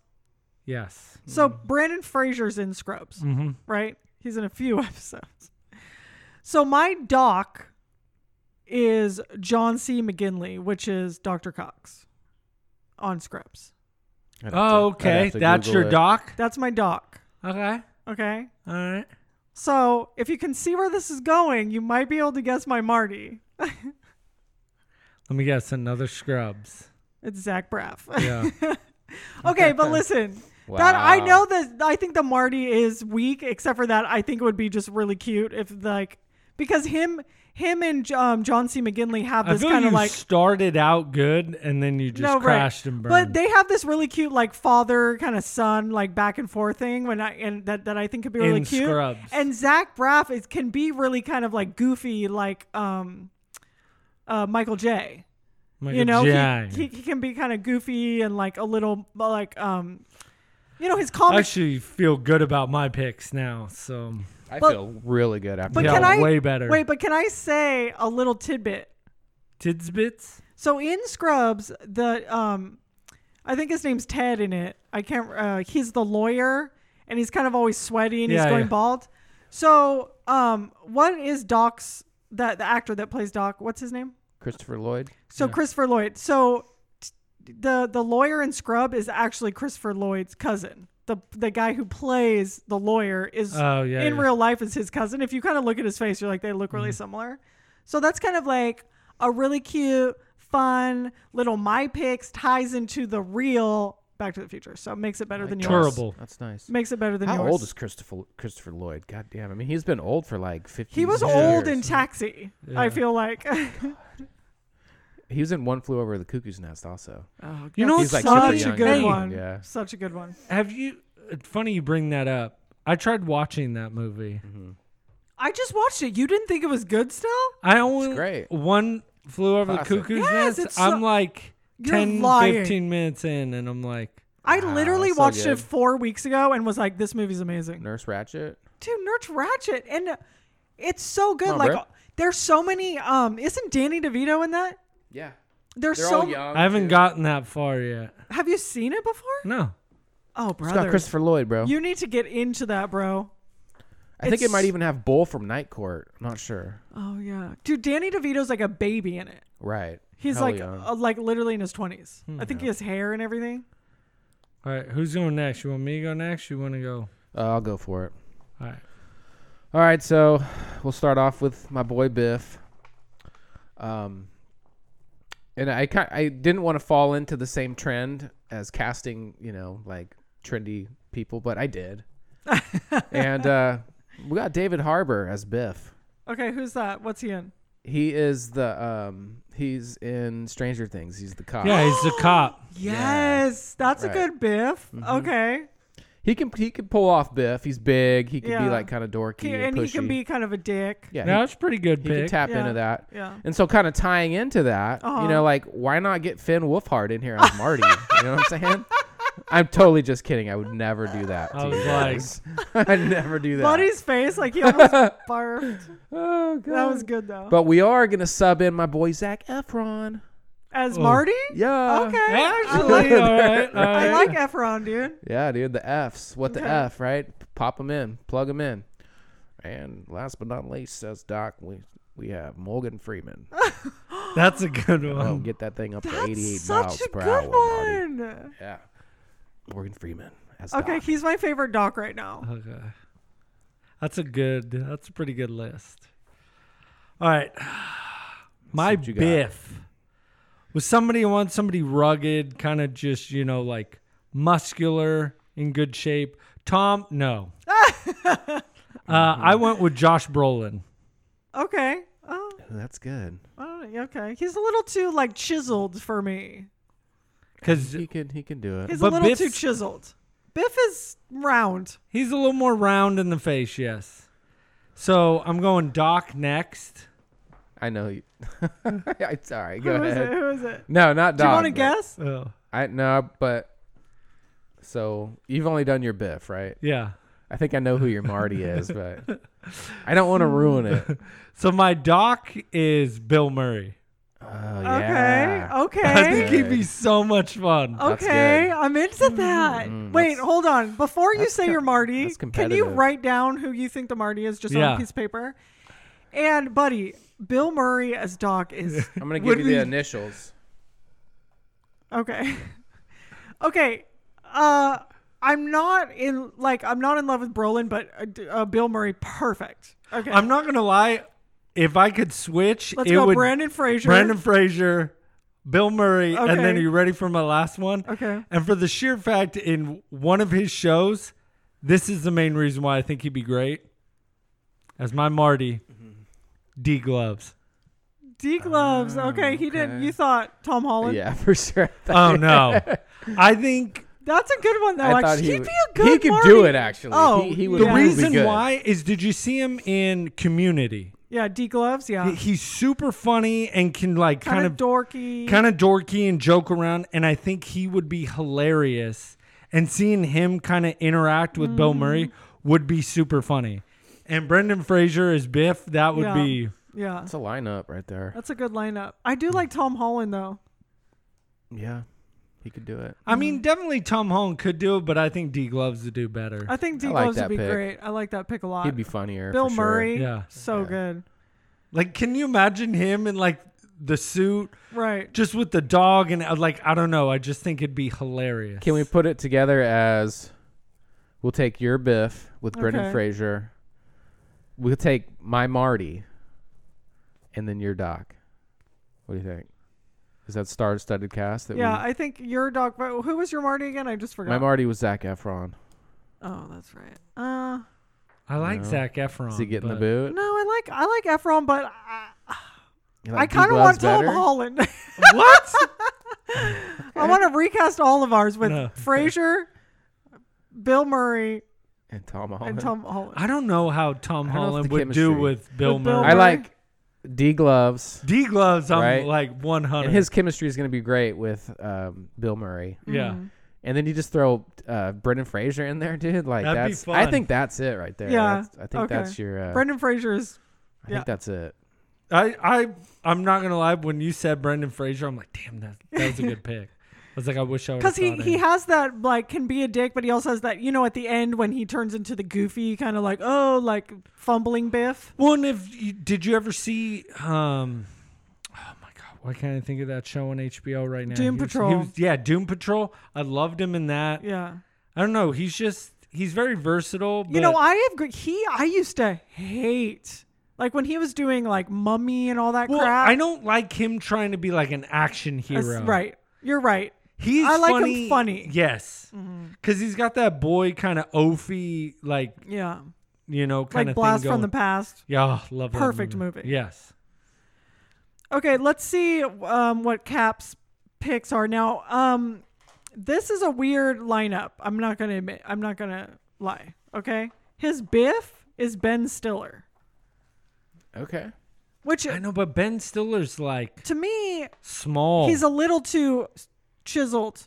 S1: Yes.
S5: So Brandon Fraser's in Scrubs, right? He's in a few episodes. So my doc is John C. McGinley, which is Dr. Cox on Scrubs.
S4: I'd have to-
S1: Oh,
S4: I'd
S1: okay.
S4: have to
S1: That's
S4: Google
S1: your
S4: it.
S1: doc.
S5: That's my doc.
S1: Okay.
S5: Okay.
S1: All right.
S5: So if you can see where this is going, you might be able to guess my Marty.
S1: Let me guess. Another Scrubs.
S5: It's Zach Braff.
S1: Yeah.
S5: okay, but listen. That I
S4: Wow.
S5: know that I think the Marty is weak, except for that I think it would be just really cute if like because him him and um, John C. McGinley have
S1: I
S5: this
S1: feel
S5: kind
S1: you
S5: of like
S1: started out good and then you just
S5: no right.
S1: crashed and burned.
S5: But they have this really cute like father kind of son like back and forth thing when I and that, that I think could be really
S1: In
S5: cute.
S1: Scrubs.
S5: And Zach Braff is can be really kind of like goofy like um uh Michael J.
S1: Michael
S5: You know,
S1: Jai.
S5: he, he, he can be kind of goofy and like a little like um you know his
S1: I
S5: comic
S1: actually feel good about my picks now. So
S4: I
S5: but-
S4: feel really good after
S5: But
S1: Yeah,
S5: can I
S1: way better.
S5: Wait, but can I say a little tidbit?
S1: Tidsbits.
S5: So in Scrubs, the um, I think his name's Ted in it. I can't. Uh, he's the lawyer, and he's kind of always sweaty and
S1: Yeah,
S5: he's going
S1: yeah.
S5: bald. So um, what is Doc's that the actor that plays Doc? What's his name?
S4: Christopher Lloyd.
S5: So Christopher Lloyd. So t- the the lawyer in Scrub is actually Christopher Lloyd's cousin. The the guy who plays the lawyer is
S1: Oh, yeah,
S5: in
S1: yeah.
S5: real life is his cousin. If you kind of look at his face, you're like they look really similar. So that's kind of like a really cute, fun little my picks ties into the real Back to the Future. So it makes it better than yours.
S1: Terrible.
S4: That's nice.
S5: Makes it better than
S4: How
S5: yours.
S4: old is Christopher Christopher Lloyd? God damn. I mean, he's been old for like 50
S5: he was
S4: years.
S5: old in Taxi. I feel like.
S4: He was in One Flew Over the Cuckoo's Nest also.
S1: You know
S4: He's
S1: what's
S4: like super
S1: funny?
S5: such a
S4: young.
S5: good
S1: Hey,
S5: one.
S4: Yeah.
S5: Such a good one.
S1: Have you? It's funny you bring that up. I tried watching that movie.
S4: Mm-hmm.
S5: I just watched it. You didn't think it was good still?
S1: I only
S4: great.
S1: one flew over
S4: Classic.
S1: the cuckoo's nest.
S5: Yes, it's so-
S1: I'm like
S5: You're
S1: 10,
S5: lying.
S1: 15 minutes in, and I'm like,
S5: I literally
S4: so
S5: watched it
S4: good.
S5: four weeks ago and was like, "This movie's amazing,
S4: Nurse Ratchet.
S5: dude." Nurse Ratchet, and uh, it's so good.
S4: on,
S5: like,
S4: bro.
S5: there's so many. Um, isn't Danny DeVito in that?
S4: Yeah.
S5: There's
S4: They're
S5: so.
S4: all young.
S1: I haven't gotten that far yet.
S5: Have you seen it before?
S1: No.
S4: It's
S5: Oh,
S4: got
S5: brother,
S4: Mm-hmm. Christopher Lloyd, bro.
S5: you need to get into that, bro.
S4: I think it
S5: it's-
S4: might even have Bull from Night Court. I'm not sure.
S5: Oh yeah, dude. Danny DeVito's like a baby in it.
S4: Right.
S5: He's
S4: Hell
S5: like,
S4: yeah. Hmm,
S5: uh, like literally in his twenties. I think he has hair and everything.
S1: All right, who's going next? You want me to go next? You want to go?
S4: Uh, I'll go for it.
S1: All right.
S4: All right, so we'll start off with my boy Biff. Um, and I ki- I didn't want to fall into the same trend as casting, you know, like trendy people, but I did. and uh, we got David Harbour as Biff.
S5: Okay, who's that? What's he in?
S4: He is the um, he's in Stranger Things. He's the cop.
S1: Yeah, he's the cop.
S5: Yes, that's a
S4: Right. Mm-hmm.
S5: good Biff. Okay,
S4: he can he can pull off Biff. He's big. He can
S5: Yeah.
S4: be like kind of dorky
S5: He-
S4: and
S5: and
S4: pushy.
S5: he can be kind of a dick.
S4: yeah.
S1: Now
S4: he-
S1: that's pretty good
S4: He can
S1: pick.
S4: tap
S5: Yeah.
S4: into that.
S5: Yeah.
S4: And so kind of tying into that,
S5: Uh-huh.
S4: you know, like why not get Finn Wolfhard in here as Marty? you know what I'm saying? I'm totally just kidding. I would never do that.
S1: I
S4: to
S1: was like-
S4: you guys. I'd never do that.
S5: Buddy's face, like he almost barfed.
S4: oh, God.
S5: That was good though.
S4: But we are gonna sub in my boy Zach Efron. oh.
S5: As Marty?
S4: Yeah.
S5: Okay. I
S1: Actually,
S5: like,
S1: all right, all
S5: I
S1: right.
S5: like Efron, dude.
S4: Yeah, dude. The F's. What the
S5: Okay.
S4: F? Right. Pop them in. Plug them in. And last but not least, says Doc, we we have Morgan Freeman.
S1: That's a good one.
S4: We'll get that thing up to 88
S5: Oh, Such
S4: miles
S5: a
S4: per
S5: good
S4: hour. Marty.
S5: one.
S4: Yeah. Morgan Freeman as
S5: Okay,
S4: Doc.
S5: he's my favorite doc right now.
S1: Okay. That's a good. That's a pretty good list. All right. My
S4: what you got.
S1: biff was somebody who wants somebody rugged, kind of just you know like muscular, in good shape. Tom, no. uh, I went with Josh Brolin.
S5: Okay. Oh,
S4: That's good.
S5: Oh, yeah, okay. He's a little too like chiseled for me.
S1: because
S4: He could he could do it.
S5: He's
S1: But
S5: a little too
S1: Biff's-
S5: chiseled. Biff is round.
S1: he's a little more round in the face. Yes. So I'm going Doc next.
S4: I know. You. it's all right. Go
S5: Who is it?
S4: ahead.
S5: Who is it?
S4: No, not Doc.
S5: Do you want to
S4: but-
S5: guess?
S1: Oh,
S4: I no, but so you've only done your Biff, right?
S1: yeah.
S4: I think I know who your Marty is, but I don't want to ruin it.
S1: So my Doc is Bill Murray.
S4: Oh
S5: Okay.
S4: yeah.
S1: I
S5: Okay.
S1: think he'd be so much fun.
S4: That's
S5: Okay,
S4: good. Mm-hmm.
S5: I'm into that. Wait,
S4: that's-
S5: hold on. Before you
S4: that's
S5: say
S4: com-
S5: your Marty,
S4: that's
S5: can you
S4: competitive.
S5: write down who you think the Marty is just on
S1: Yeah.
S5: a piece of paper? And buddy, Bill Murray as Doc is
S4: I'm gonna
S1: Would
S4: give you the
S1: we-
S4: initials.
S5: okay. Okay. Uh I'm not in like I'm not in love with Brolin, but uh, d- uh, Bill Murray perfect. Okay.
S1: I'm not gonna lie. If I could switch,
S5: Let's
S1: it
S5: go
S1: would
S5: Brandon Fraser.
S1: Brandon Fraser, Bill Murray, and then
S5: Okay.
S1: are you ready for my last one?
S5: Okay.
S1: And for the sheer fact, in one of his shows, this is the main reason why I think he'd be great. As my Marty, D gloves.
S5: D gloves. okay, he didn't you thought Tom Holland.
S4: Oh, Yeah, for sure.
S1: Oh no, I think
S5: That's a good one though.
S4: I thought
S5: actually.
S4: he
S5: He'd
S4: would-
S5: be a good
S4: he could
S5: Marty.
S4: do it, actually.
S5: Oh,
S4: He- he would
S1: the
S5: yeah.
S4: be
S1: reason
S4: good.
S1: why is did you see him in Community?
S5: Yeah, D gloves, yeah.
S1: He's super funny and can like kind
S5: kind of
S1: of
S5: dorky.
S1: kind of dorky and joke around and i think he would be hilarious and seeing him kind of interact with
S5: Mm.
S1: bill murray would be super funny and brendan fraser as biff that would
S5: Yeah.
S1: be
S5: yeah.
S4: That's a lineup right there.
S5: That's a good lineup. I do like Tom Holland though.
S4: Yeah, he could do it.
S1: i
S5: Mm-hmm.
S1: mean definitely tom holland could do it but i think d gloves would do better
S5: I think D
S4: I like
S5: Gloves
S4: that
S5: would be
S4: pick.
S5: great. I like that pick a lot.
S4: He'd be funnier.
S5: Bill
S4: for sure.
S5: Murray.
S1: Yeah.
S5: So good.
S1: like can you imagine him in like the suit
S5: Right.
S1: just with the dog and uh, like i don't know i just think it'd be hilarious
S4: Can we put it together as we'll take your Biff with Brendan
S5: Okay.
S4: Fraser. We'll take my Marty, and then your Doc. What do you think? Is that star-studded cast? That
S5: Yeah,
S4: We,
S5: I think your dog. But who was your Marty again? I just forgot.
S4: my Marty was Zach Efron.
S5: oh, that's right. Uh,
S1: i like zach efron
S4: Is he getting the
S1: but-
S4: boot?
S5: no, I like I like Efron, but I,
S4: You
S5: I
S4: like D.
S5: kind of
S4: Gloves
S5: want Tom
S4: better?
S5: Holland.
S1: what
S5: I want to recast all of ours with
S1: No.
S5: Fraser, Bill Murray,
S4: and Tom Holland.
S5: and Tom Holland.
S1: i don't know how tom
S4: I don't know if
S1: holland
S4: the
S1: would do
S4: chemistry-
S1: with bill
S5: With Bill
S1: murray
S4: I
S5: Murray.
S4: like D gloves,
S1: D gloves, I'm
S4: Right?
S1: like 100.
S4: and his chemistry is going to be great with um, Bill Murray.
S1: yeah.
S5: Mm-hmm.
S4: And then you just throw uh, Brendan Fraser in there, dude. Like
S1: That'd be
S4: that's. I
S1: fun.
S4: think that's it right there.
S5: Yeah,
S4: That's- I think
S5: okay.
S4: that's your. Uh,
S5: Brendan Fraser is
S4: I
S5: yeah.
S4: think that's it.
S1: I, I, I'm not gonna lie. When you said Brendan Fraser, I'm like, damn, that that was a good pick. I was like, I wish I would.
S5: Because he, he has that, like, can be a dick, but he also has that, you know, at the end when he turns into the goofy, kind of like, oh, like fumbling Biff.
S1: well, and if you, did you ever see? Um, oh my god, why can't I think of that show on HBO right now?
S5: Doom
S1: He was- he
S5: Patrol.
S1: was- yeah, Doom Patrol. I loved him in that.
S5: Yeah.
S1: I don't know. He's just he's very versatile. But
S5: You know, I have, gr- he, I used to hate, like, when he was doing, like, Mummy and all that
S1: well,
S5: crap.
S1: I don't like him trying to be like an action hero.
S5: That's right. You're right.
S1: He's
S5: I like him
S1: funny.
S5: funny. Mm-hmm.
S1: Yes. Cause he's got that boy kind of oafy, like,
S5: Yeah.
S1: you know, kind
S5: like,
S1: of
S5: Blast
S1: thing
S5: from the
S1: going.
S5: Past.
S1: Yeah, oh, love that
S5: Perfect movie.
S1: Yes.
S5: Okay, let's see um, what Cap's picks are now. Um, this is a weird lineup. I'm not gonna admit. I'm not gonna lie. Okay, his Biff is Ben Stiller,
S4: Okay.
S5: which
S1: I know, but Ben Stiller's like
S5: to me
S1: small.
S5: he's a little too chiseled.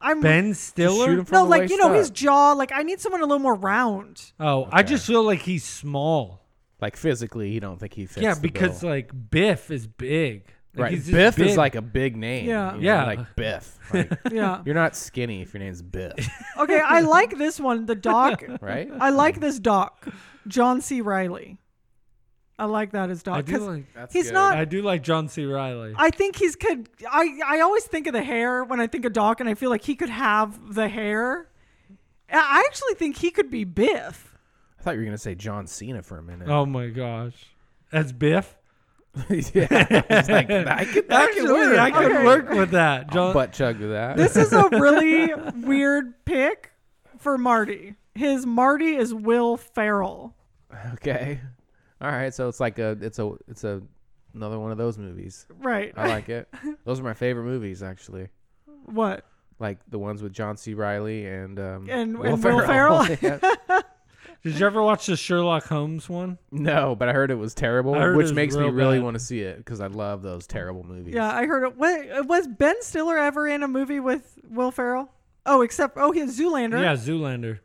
S5: I'm
S1: Ben
S4: shoot
S1: Stiller.
S4: him from
S5: no
S4: the
S5: like you
S4: waist
S5: know his
S4: up.
S5: jaw. Like I need someone a little more round.
S1: Oh, I just feel like he's small.
S4: Like physically, you don't think he fits.
S1: yeah,
S4: the
S1: because
S4: bill.
S1: like Biff is big. Like,
S4: right,
S1: he's just
S4: Biff
S1: big.
S4: is like a big name.
S5: Yeah.
S4: you know,
S1: Yeah.
S4: like Biff. Like,
S5: Yeah.
S4: you're not skinny if your name's Biff,
S5: okay, I like this one. The doc.
S4: right?
S5: I like this doc, John C. Riley. I like that as doc.
S1: I do
S5: 'cause
S1: like.
S4: That's
S5: he's
S4: good.
S5: not
S1: I do like John C. Riley.
S5: I think he's could. I I always think of the hair when I think of Doc, and I feel like he could have the hair. I- I actually think he could be Biff.
S4: I thought you were gonna say John Cena for a minute.
S1: Oh my gosh, as Biff.
S4: yeah, I was like, I could, I could
S1: Actually,
S4: work.
S1: I could
S5: Okay.
S1: work with that. John,
S4: butt chug to that.
S5: This is a really weird pick for Marty. His Marty is Will Ferrell.
S4: okay. All right, so it's like a it's a it's a another one of those movies.
S5: Right.
S4: I like it. Those are my favorite movies actually.
S5: what?
S4: Like the ones with John C. Riley and um
S5: And- and Will Ferrell?
S4: Yeah.
S1: Did you ever watch the Sherlock Holmes one?
S4: no, but I heard it was terrible,
S1: I heard it
S4: which
S1: was
S4: makes me
S1: real
S4: really
S1: bad.
S4: want to see it because I love those terrible movies.
S5: Yeah, I heard it. What was Ben Stiller ever in a movie with Will Ferrell? Oh, except oh, he had Zoolander.
S1: Yeah, Zoolander.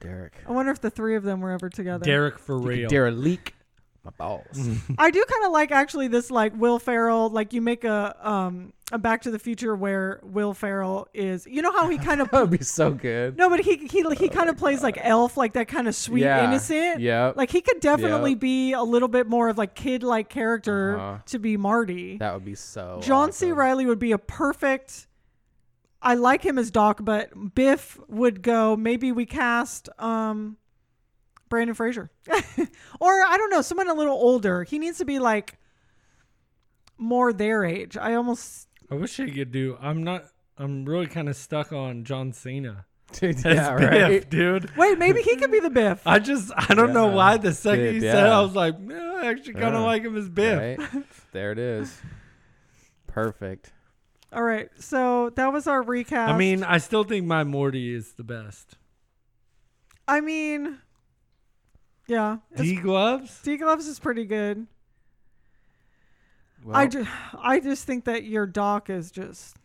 S4: Derek.
S5: I wonder if the three of them were ever together.
S1: Derek for real. Mm.
S4: Derek leak my balls.
S5: I do kind of like actually this like Will Ferrell like you make a um a Back to the Future where Will Ferrell is you know how he kind of
S4: that would be so good.
S5: no but he he he kind of plays like Elf like that kind of sweet
S4: Yeah.
S5: innocent
S4: Yep.
S5: like he could definitely
S4: Yep.
S5: be a little bit more of like kid like character
S4: Uh-huh.
S5: to be Marty
S4: That would be so
S5: John C
S4: awesome.
S5: Riley would be a perfect. I like him as Doc, but Biff would go. Maybe we cast um, Brandon Fraser, or I don't know, someone a little older. He needs to be like more their age. I almost
S1: I wish I could do. I'm not. I'm really kind of stuck on John Cena.
S4: Dude,
S1: as
S4: yeah, right.
S1: Biff, dude.
S5: wait. Maybe he could be the Biff.
S1: I just I don't know
S4: Yeah.
S1: why the second
S4: Biff,
S1: he said it,
S4: yeah.
S1: I was like, "Eh, I actually kind of
S4: Yeah.
S1: like him as Biff.
S4: Right? There it is. Perfect.
S5: All right, so that was our recap.
S1: I mean, I still think my Morty is the best.
S5: I mean, yeah,
S1: D gloves.
S5: D Gloves is pretty good.
S4: Well,
S5: I ju- I just think that your Doc is just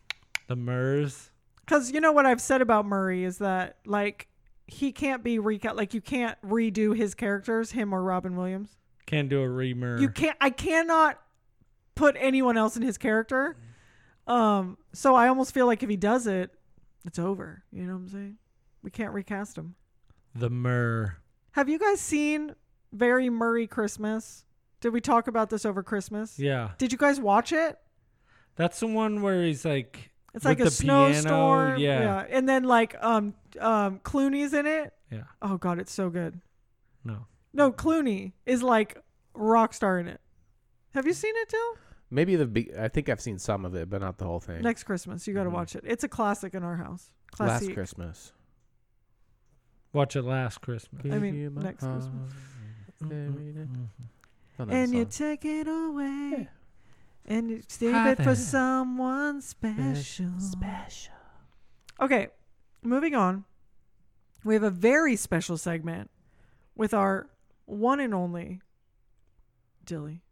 S1: The Murs.
S5: Because you know what I've said about Murray is that like he can't be recut. Like you can't redo his characters, him or Robin Williams.
S1: Can't do a remur.
S5: You can't. I cannot put anyone else in his character. Um. So I almost feel like if he does it, it's over. You know what I'm saying? We can't recast him.
S1: the Mur.
S5: Have you guys seen Very Murray Christmas? Did we talk about this over Christmas?
S1: Yeah,
S5: Did you guys watch it?
S1: that's the one where he's like.
S5: It's
S1: with
S5: like a
S1: the piano.
S5: snowstorm.
S1: Yeah.
S5: And then like um um Clooney's in it.
S1: yeah,
S5: Oh god, it's so good.
S1: No.
S5: No, Clooney is like rock star in it. Have you seen it, Till?
S4: maybe the be- I think I've seen some of it, but not the whole thing.
S5: Next Christmas, you got to
S1: Mm-hmm.
S5: watch it. It's a classic in our house.
S4: Last
S5: Classic.
S4: Christmas.
S1: Watch it last Christmas.
S5: I
S4: Give
S5: mean,
S4: you my
S5: next Christmas.
S4: heart.
S1: Mm-hmm.
S4: Love that
S5: And you
S4: song.
S5: take it away, and you save
S1: Hi
S5: it for
S1: there.
S5: someone special. Special. Okay, moving on. We have a very special segment with our one and only Dilly.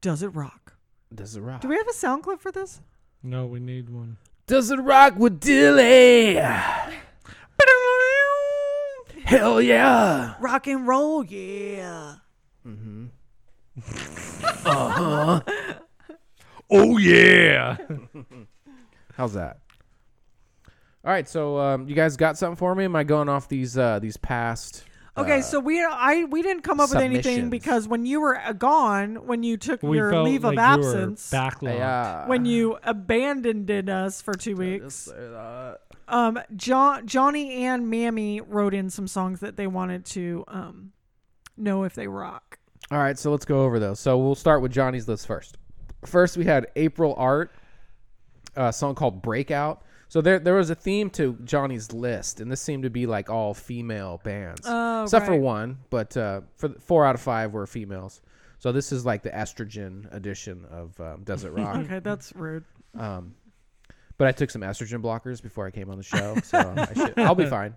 S5: Does it rock?
S4: Does it rock?
S5: Do we have a sound clip for this?
S1: No, we need one.
S4: Does it rock with Dilly? Hell yeah!
S5: Rock and roll, yeah.
S4: Mm-hmm.
S1: Oh yeah.
S4: How's that? All right, so um, you guys got something for me? Am I going off these uh, these past?
S1: Uh,
S5: Okay, so we I we didn't come up with anything
S4: submissions.
S5: because when you were uh, gone, when you took
S1: we
S5: your
S1: felt
S5: leave
S1: like
S5: of
S1: you were
S5: absence,
S1: backlogged.
S4: Yeah.
S5: when you abandoned us for two weeks,
S4: Uh,
S5: um, jo- Johnny and Mammy wrote in some songs that they wanted to um, know if they rock.
S4: All right, so let's go over those. So we'll start with Johnny's list first. First, we had April Art, a song called "Breakout." So there, there was a theme to Johnny's list, and this seemed to be like all female bands,
S5: Oh,
S4: except for
S5: right.
S4: one. But uh, for the- four out of five were females. So this is like the estrogen edition of um, Desert Rock.
S5: Okay, that's rude.
S4: Um, but I took some estrogen blockers before I came on the show, so I should, I'll be fine.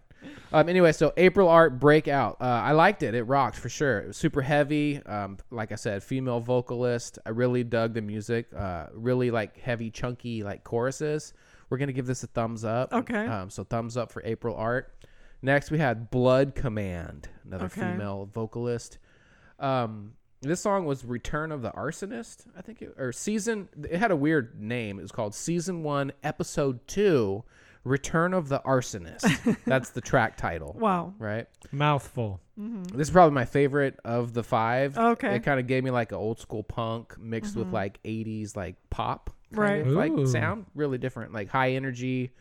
S4: Um, anyway, so April Art Breakout. Uh, I liked it. It rocked for sure. It was super heavy. Um, like I said, female vocalist. I really dug the music. Uh, really like heavy, chunky like choruses. We're gonna give this a thumbs up.
S5: Okay.
S4: Um, so thumbs up for April Art. Next we had Blood Command, another
S5: Okay.
S4: female vocalist. Um, this song was Return of the Arsonist, I think, it, or season. It had a weird name. It was called Season One, Episode Two, Return of the Arsonist. That's the track title.
S5: Wow.
S4: Right.
S1: Mouthful.
S4: This is probably my favorite of the five.
S5: Okay. Mm-hmm.
S4: It kind of gave me like an old school punk mixed with like '80s like pop, kind Of,
S5: Right.
S4: like
S1: Ooh.
S4: sound really different, like high energy,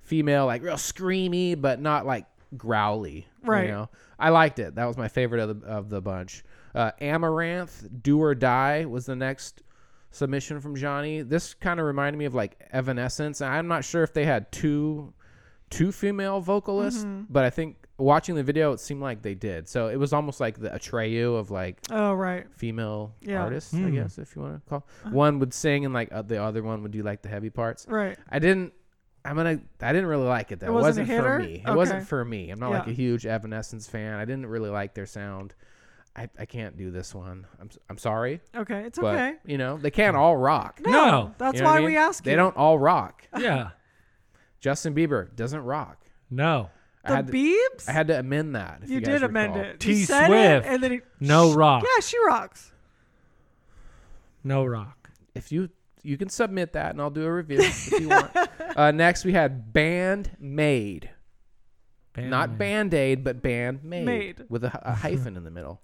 S4: female, like real screamy, but not like growly.
S5: Right.
S4: You know? I liked it. That was my favorite of the of the bunch. Uh, Amaranth, Do or Die was the next submission from Johnny. This kind of reminded me of like
S5: Mm-hmm.
S4: Evanescence. and I'm not sure if they had two two female vocalists, but I think watching the video, it seemed like they did. So it was almost like the Atreyu of like
S5: Oh right.
S4: female
S5: Yeah.
S4: artists, I guess, if you want to call. One would sing and like uh, the other one would do like the heavy parts.
S5: Right.
S4: I didn't. I'm gonna. I didn't really like it. That
S5: It
S4: wasn't,
S5: wasn't
S4: for
S5: a hitter?
S4: me. It
S5: Okay.
S4: wasn't for me. I'm not like
S5: Yeah.
S4: a huge Evanescence fan. I didn't really like their sound. I, I can't do this one. I'm s- I'm sorry,
S5: Okay. It's
S4: but
S5: okay.
S4: you know they can't all rock. You
S1: No.
S5: That's
S4: know what
S5: why
S4: I mean?
S5: we ask
S4: They
S5: you.
S4: don't all rock.
S1: Yeah.
S4: Justin Bieber doesn't rock.
S1: No.
S5: The
S4: I had to,
S5: Beebs.
S4: I had to amend that. If you,
S5: you
S4: guys
S5: did amend
S4: recall. Uh,
S5: it.
S1: T.
S5: You said it,
S1: Swift.
S5: and then he,
S1: No
S5: Sh-
S1: rock.
S5: Yeah, she rocks.
S1: No rock.
S4: If you you can submit that and I'll do a review if you want. Uh, next we had Band Made.
S1: Band
S4: not
S1: name.
S4: band aid, but band made,
S5: Made.
S4: with a, hy- a hyphen in the middle.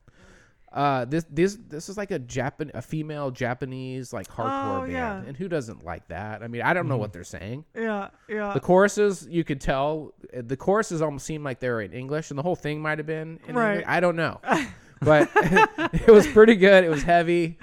S4: Uh, this this this is like a Japan a female Japanese like hardcore
S5: Oh,
S4: band,
S5: yeah. Mm-hmm.
S4: and who doesn't like that? I mean, I don't know what they're saying.
S5: Yeah, yeah.
S4: The choruses you could tell uh, the choruses almost seemed like they were in English, and the whole thing might have been in
S5: Right.
S4: English. I don't know, but it was pretty good. It was heavy.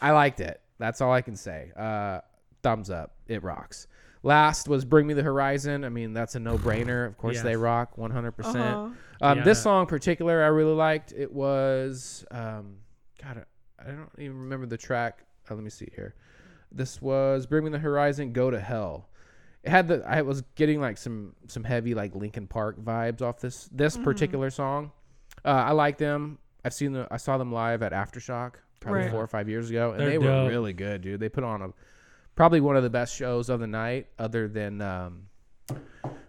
S4: I liked it. That's all I can say. Uh, thumbs up. It rocks. Last was Bring Me the Horizon. I mean, that's a no brainer. Of course,
S1: Yes.
S4: they rock 100%.
S5: Uh-huh.
S4: Um, This
S1: Yeah.
S4: song, in particular, I really liked. It was, um, God, I I don't even remember the track. Uh, let me see here. This was Bring Me the Horizon, Go to Hell. It had the, I was getting like some, some heavy, like Linkin Park vibes off this, this
S5: Mm-hmm.
S4: particular song. Uh, I like them. I've seen the, I saw them live at Aftershock probably
S5: Right.
S4: four or five years ago, and
S1: They're
S4: they were
S1: dope.
S4: really good, dude. They put on a probably one of the best shows of the night, other than um,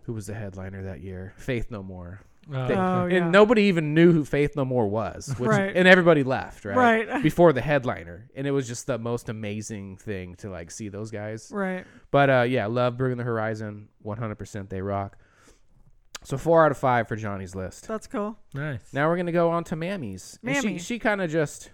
S4: who was the headliner that year? Faith No More.
S1: Uh,
S4: They-
S5: Oh,
S4: and
S5: yeah.
S4: nobody even knew who Faith No More was, which,
S5: Right.
S4: and everybody left right,
S5: Right.
S4: before the headliner, and it was just the most amazing thing to like see those guys.
S5: right.
S4: But uh, yeah, love bringing the horizon, one hundred percent. They rock. So four out of five for Johnny's list.
S5: That's cool.
S1: nice.
S4: Now we're gonna go on to Mammy's. And
S5: Mammy.
S4: she she kind of just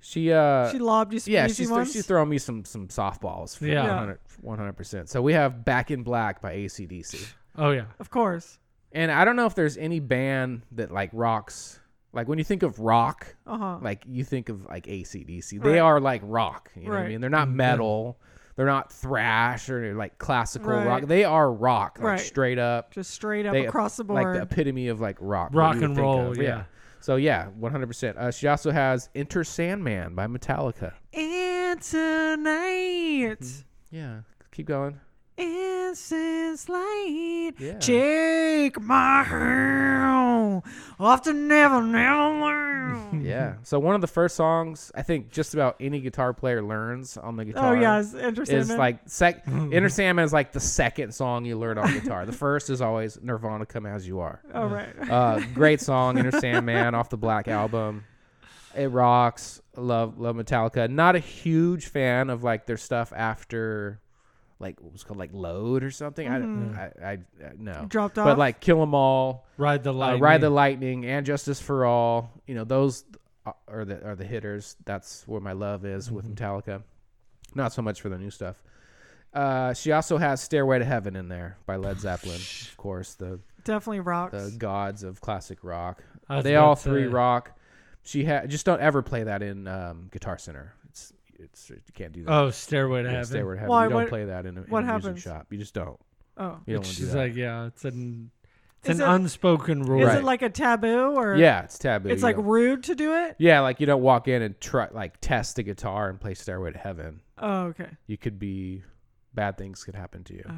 S4: she uh
S5: She lobbed you some
S4: yeah
S5: easy
S4: she's th-
S5: ones.
S4: she's throwing me some some softballs. For
S1: Yeah. Yeah.
S4: 100 percent. So we have Back in Black by ACDC,
S1: Oh yeah.
S5: of course.
S4: and I don't know if there's any band that like rocks. Like when you think of rock,
S5: Uh huh.
S4: like you think of like ACDC.
S5: Right.
S4: They are like rock. You know what I
S5: Right. Mm-hmm.
S4: mean? They're not metal. They're not thrash or like classical
S5: Right.
S4: rock. They are rock, like
S5: Right.
S4: straight up
S5: Just straight up
S4: they-
S5: across the
S4: like
S5: board.
S4: the epitome of like rock, what
S1: Rock
S4: you would
S1: and
S4: think
S1: roll,
S4: of,
S1: yeah.
S4: So yeah, one hundred percent. Uh, She also has Enter Sandman by Metallica.
S5: and tonight,
S4: Mm-hmm. Yeah, keep going.
S5: incense light,
S4: Yeah.
S5: take my hand off to never, never land.
S4: Yeah. So one of the first songs I think just about any guitar player learns on the
S5: oh
S4: guitar.
S5: yeah, it's interesting.
S4: Is like sec. Enter Sandman is like the second song you learn on guitar. the first is always Nirvana, Come As You Are.
S5: Oh right.
S4: Uh, great song, Inner Sandman, off the Black album. It rocks. Love, love Metallica. Not a huge fan of like their stuff after, like what was called like Load or something. I- I, I, I, no.
S5: Mm-hmm. Dropped
S4: But
S5: off?
S4: like Kill 'Em All,
S1: Ride the
S4: uh,
S1: light.
S4: Ride the Lightning, and Justice for All. You know those uh, are the are the hitters. That's where my love is with Metallica. Not so much for the new stuff. Uh, she also has Stairway to Heaven in there by Led Zeppelin, of course. The
S5: Definitely rocks.
S4: the gods of classic rock.
S1: I was
S4: They
S1: about
S4: all
S1: to
S4: three
S1: say.
S4: rock. She ha- just don't ever play that in um, Guitar Center. It's it's you can't do that.
S1: Oh, Stairway to
S4: Yeah,
S1: Heaven.
S4: Stairway to Heaven.
S5: Why,
S4: you don't
S5: what-
S4: play that in a, in
S5: what
S4: a music
S5: happens?
S4: shop. You just don't.
S5: oh.
S1: It's
S4: You don't want to do
S1: just
S4: that.
S1: like yeah, it's an it's
S5: Is
S1: an
S5: it-
S1: unspoken rule.
S5: Is
S4: Right.
S5: it like a taboo or?
S4: yeah, it's taboo.
S5: It's
S4: You
S5: like
S4: don't-
S5: rude to do it.
S4: yeah, like you don't walk in and try like test the guitar and play Stairway to Heaven.
S5: Oh okay. Oh.
S4: You could be bad things could happen to you.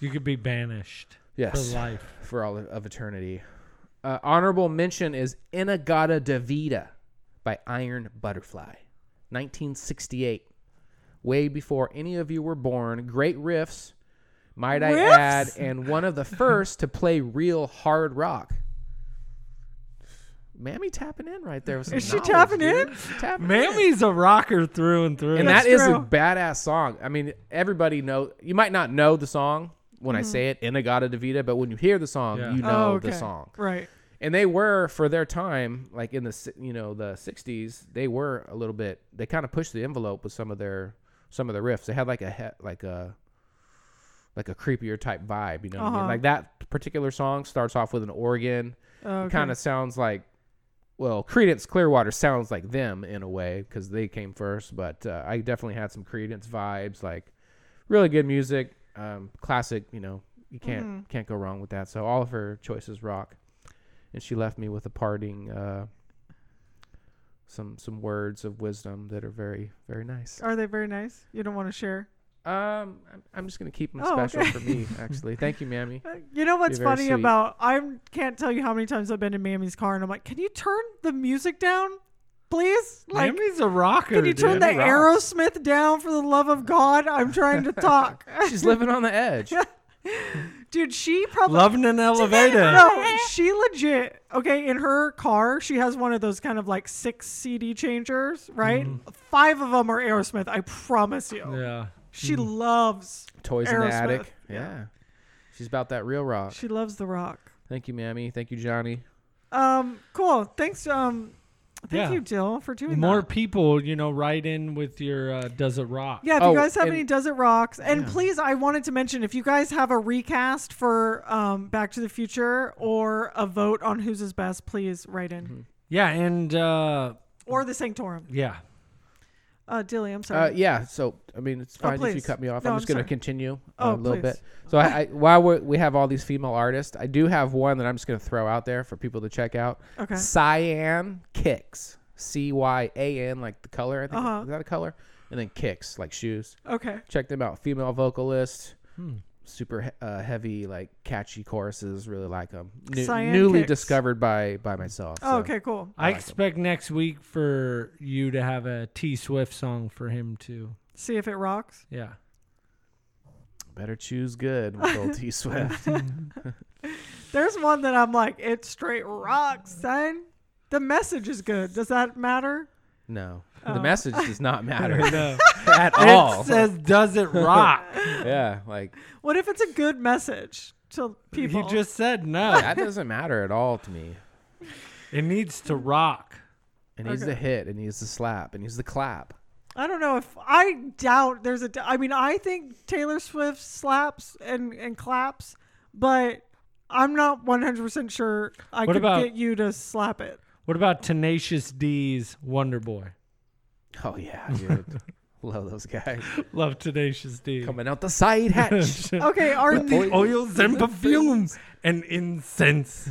S1: You could be banished
S4: yes,
S1: for life.
S4: for all of eternity. Uh, honorable mention is Inagata Davida by Iron Butterfly, 1968. Way before any of you were born. Great riffs, might I
S5: Riffs?
S4: add, and one of the first to play real hard rock. Mammy tapping in right there. With some
S5: Is she
S4: knowledge,
S5: tapping
S4: dude.
S5: in?
S4: She tapping in.
S1: Mammy's a rocker through and through.
S4: And
S5: That's
S4: that is a
S5: true.
S4: badass song. I mean, everybody know. You might not know the song when I say it, Inagata Davida, but when you hear the song,
S1: Yeah.
S4: you know
S5: Mm-hmm. Oh okay.
S4: the song.
S5: Right.
S4: And they were for their time, like in the si- you know the '60s, they were a little bit. They kind of pushed the envelope with some of their some of the riffs. They had like a he- like a like a creepier type vibe, you know. What I mean?
S5: Uh-huh.
S4: Like that particular song starts off with an organ.
S5: Okay.
S4: Kind of sounds like, well, Credence Clearwater sounds like them in a way because they came first. But uh, I definitely had some Credence vibes, like really good music, um, classic, you know, you can't
S5: Mm-hmm.
S4: can't go wrong with that. So all of her choices rock, and she left me with a parting uh, some some words of wisdom that are very very nice.
S5: Are they very nice? You don't want to share?
S4: Um, I'm, I'm just gonna keep them
S5: Oh,
S4: special
S5: okay.
S4: for me. Actually, thank you, Mammy.
S5: Uh, You know what's
S4: very
S5: funny
S4: sweet.
S5: about I can't tell you how many times I've been in Mammy's car and I'm like, can you turn the music down, please? Like,
S1: Mammy's a rocker.
S5: can you turn
S1: dude.
S5: the Aerosmith down for the love of God? I'm trying to talk,
S4: She's living on the edge.
S5: dude. She probably
S1: Loving an elevator.
S5: no, she legit. Okay, in her car, she has one of those kind of like six CD changers, right? Five of them are Aerosmith. I promise you.
S1: Mm-hmm. Yeah. Mm.
S5: She loves.
S4: Toys in the
S5: Aerosmith,
S4: attic.
S5: yeah.
S4: Yeah. she's about that real rock.
S5: She loves the rock.
S4: Thank you, Mammy. Thank you, Johnny.
S5: Um, cool. Thanks. Um,
S1: Yeah.
S5: thank you, Dill, for doing
S1: More
S5: that.
S1: people, you know, write in with your uh, does it rock?
S5: Yeah, if
S4: Oh,
S5: you guys have
S4: and-
S5: any Does It Rocks, and please, I wanted to mention if you guys have a recast for um, Back to the Future or a vote on whose is best, please write in.
S4: Mm-hmm.
S1: Yeah, and uh,
S5: Or the Sanctorum.
S1: yeah.
S5: Uh, Dilly, I'm
S4: Uh,
S5: sorry.
S4: yeah. So I mean, it's fine if you
S5: Oh, please.
S4: cut me off.
S5: No,
S4: I'm
S5: I'm
S4: just gonna
S5: sorry.
S4: continue uh,
S5: Oh,
S4: a little
S5: please.
S4: bit. So I, I while we're, we have all these female artists, I do have one that I'm just gonna throw out there for people to check out.
S5: Okay.
S4: Cyan Kicks. C Y A N, like the color. I think
S5: Uh-huh.
S4: is that a color? And then kicks, like shoes.
S5: Okay.
S4: Check them out. Female vocalist. Super he- uh, heavy, like catchy choruses. Really like them.
S5: Cyan
S4: newly
S5: Kicks.
S4: discovered by by myself.
S5: Oh,
S4: so.
S5: okay, cool.
S1: I, expect next week for you to have a T Swift song for him too.
S5: See if it rocks.
S1: Yeah.
S4: Better choose good with old T Swift.
S5: There's one that I'm like, it straight rocks, son. The message is good. Does that matter?
S4: no, the message does not matter
S1: No.
S4: at
S1: It
S4: all.
S1: says does it rock.
S4: Yeah, like
S5: What if it's a good message to people?
S1: he just said no.
S4: that doesn't matter at all to me.
S1: It needs to rock.
S4: It needs the hit. It needs the slap. It needs the clap.
S5: I don't know if I doubt there's a. I mean, I think Taylor Swift slaps and and claps, but I'm not 100 percent sure I
S1: What
S5: could
S1: about-
S5: get you to slap it.
S1: What about Tenacious D's Wonder Boy?
S4: Oh yeah, dude. Love those guys
S1: Love Tenacious D.
S4: coming out the side hatch.
S5: Okay, our
S1: The oils and perfumes and incense.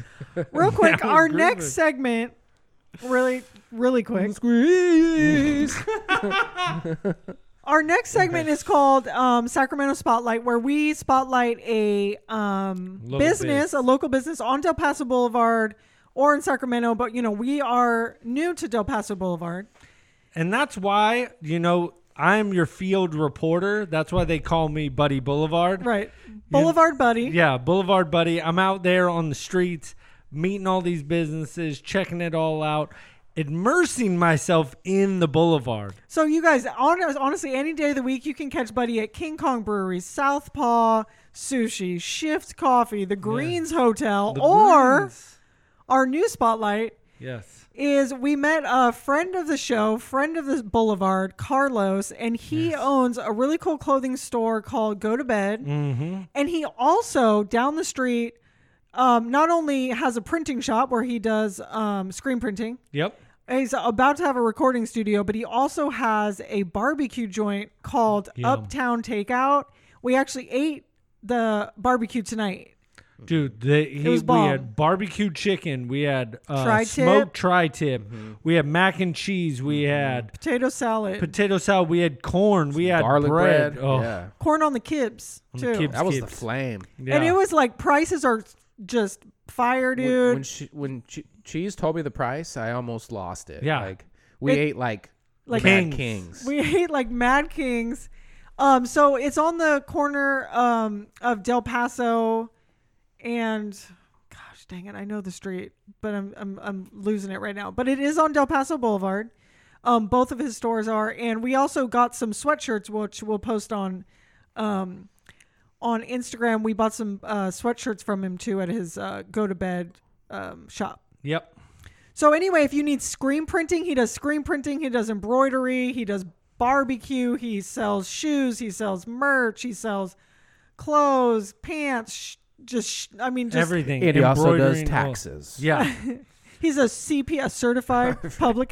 S5: real quick,
S1: Now
S5: our
S1: we're
S5: next
S1: grooving.
S5: segment, really, really quick.
S4: Squeeze.
S5: Our next segment is called um, Sacramento Spotlight, where we spotlight a um,
S1: Local
S5: business,
S1: biz.
S5: a local business on Del Paso Boulevard or in Sacramento. But you know, we are new to Del Paso Boulevard.
S1: And that's why, you know, I'm your field reporter. That's why they call me Buddy Boulevard.
S5: Right. Boulevard Buddy.
S1: Yeah, Boulevard Buddy. I'm out there on the streets, meeting all these businesses, checking it all out, immersing myself in the Boulevard.
S5: So you guys, hon- honestly, any day of the week, you can catch Buddy at King Kong Brewery, Southpaw Sushi, Shift Coffee, the Greens Hotel,
S1: The
S5: or
S1: Greens.
S5: our new spotlight
S1: Yes.
S5: is we met a friend of the show, friend of the Boulevard, Carlos, and he owns a really cool clothing store called Go to Bed,
S1: Mm-hmm.
S5: and he also down the street. Um, not only has a printing shop where he does um, screen printing,
S1: Yep.
S5: He's about to have a recording studio, but he also has a barbecue joint called Uptown Takeout. We actually ate the barbecue tonight.
S1: Dude, the, he,
S5: was
S1: we
S5: bomb.
S1: had barbecue chicken. We had uh,
S5: Tri-tip.
S1: smoked tri tip.
S4: Mm-hmm.
S1: We had mac and cheese. We had
S5: Potato salad,
S1: potato salad. We had corn. we had
S4: Garlic bread.
S1: Oh,
S4: Yeah,
S5: corn on the kibs too.
S1: kibs.
S4: that was the
S1: Skips.
S4: flame.
S1: yeah.
S5: And it was like prices are just fire,
S4: When-
S5: dude.
S4: When she, when che- cheese told me the price, I almost lost it.
S1: Yeah.
S4: like we
S5: It-
S4: ate like
S5: Like-
S4: Mad
S1: Kings.
S4: kings.
S5: we ate like Mad Kings. Um, so it's on the corner um, of Del Paso and gosh dang it, I know the street, but I'm I'm I'm losing it right now. But it is on Del Paso Boulevard. Um, both of his stores are, and we also got some sweatshirts, which we'll post on um, on Instagram. We bought some uh, sweatshirts from him too at his uh, go to bed um, shop.
S1: Yep.
S5: So anyway, if you need screen printing, he does screen printing, he does embroidery, he does barbecue, he sells shoes, he sells merch, he sells clothes, pants, sh- just sh- I mean just
S1: Everything.
S4: And he also does
S1: Embroidering, all-
S4: taxes.
S1: Yeah.
S5: he's a CPA certified public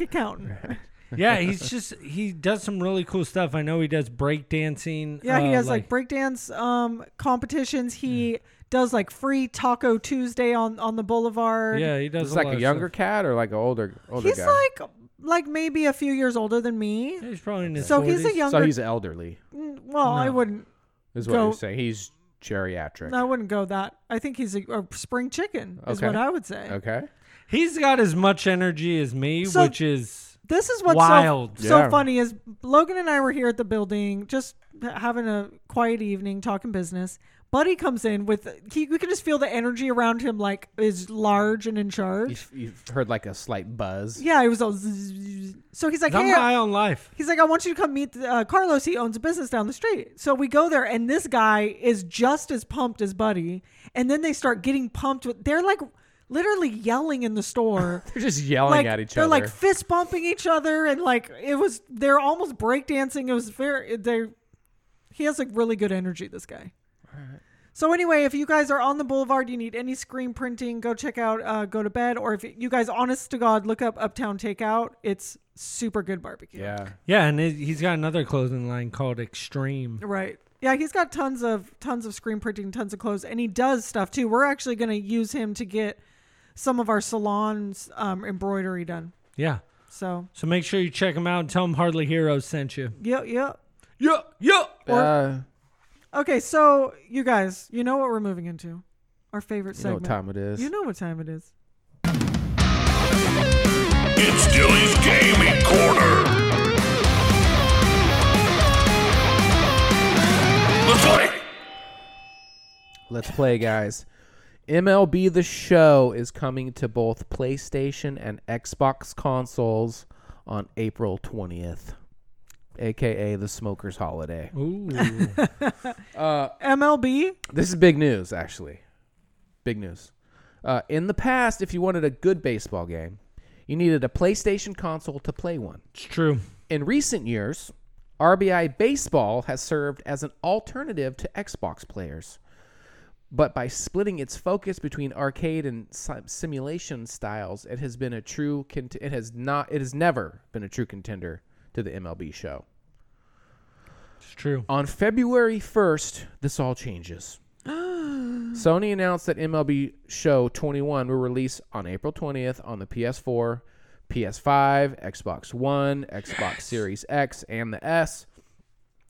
S5: accountant.
S1: yeah, he's just he does some really cool stuff. I know he does breakdancing.
S4: Oh,
S5: Yeah, he
S1: uh,
S5: has like, breakdance um competitions. He does like free Taco Tuesday on on the Boulevard.
S1: Yeah, he does
S4: Is
S1: a
S4: this like
S1: lot
S4: a
S1: of
S4: younger
S1: stuff.
S4: cat or like an older older
S5: he's
S4: guy?
S5: like like maybe a few years older than me.
S1: He's probably in his
S5: So
S1: 40s.
S5: he's a younger.
S4: so he's elderly.
S5: well, I wouldn't.
S4: Is what you're
S5: Go-
S4: saying. He's geriatric.
S5: I wouldn't go that. I think he's a, a spring chicken. Is
S4: Okay.
S5: what I would say.
S4: Okay.
S1: He's got as much energy as me,
S5: So-
S1: which is
S5: This is what's
S1: Wild.
S5: so, so
S4: Yeah.
S5: funny is Logan and I were here at the building just ha- having a quiet evening talking business. Buddy comes in with he we can just feel the energy around him like is large and in charge.
S4: You've, you've heard like a slight buzz.
S5: Yeah, he was all zzz. so he's like,
S1: I'm
S5: hey, uh,
S1: high on life.
S5: he's like, I want you to come meet uh, Carlos. He owns a business down the street. So we go there, and this guy is just as pumped as Buddy. And then they start getting pumped with they're like literally yelling in the store.
S4: They're just yelling
S5: like
S4: at each
S5: they're
S4: other.
S5: like fist bumping each other and like it was they're almost breakdancing. It was very they he has like really good energy, this guy. So anyway, if you guys are on the boulevard, you need any screen printing, go check out uh, Go to Bed, or if you guys, honest to God, look up Uptown Takeout. It's super good barbecue.
S4: yeah.
S1: Yeah, and it, he's got another clothing line called Extreme.
S5: Right. Yeah, he's got tons of tons of screen printing, tons of clothes, and he does stuff too. We're actually going to use him to get some of our salons um, embroidery done.
S1: Yeah.
S5: So
S1: So make sure you check him out and tell him Hardly Heroes sent you.
S5: yeah, yeah.
S1: Yeah, yeah.
S4: uh,
S5: Okay, so you guys, you know what we're moving into? Our favorite
S4: you know what
S5: segment.
S4: time it is.
S5: You know what time it is.
S2: It's Dilly's Gaming Corner. Let's play.
S4: Let's play, guys. MLB The Show is coming to both PlayStation and Xbox consoles on April 20th, aka the Smoker's Holiday.
S1: Ooh.
S5: MLB.
S4: This is big news, actually. Big news. Uh, in the past, if you wanted a good baseball game, you needed a PlayStation console to play one.
S1: it's true.
S4: In recent years, RBI Baseball has served as an alternative to Xbox players. But by splitting its focus between arcade and sim- simulation styles, it has been a true cont- it has not it has never been a true contender to the MLB show.
S1: It's true.
S4: On February 1st, this all changes. Sony announced that MLB Show 21 will release on April 20th on the PS4, PS5, Xbox One, Xbox Series X, and the S.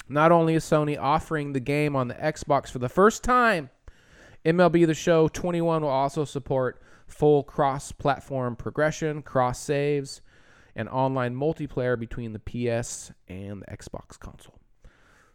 S4: Not only is Sony offering the game on the Xbox for the first time, MLB The Show 21 will also support full cross platform progression, cross saves, and online multiplayer between the PS and the Xbox console.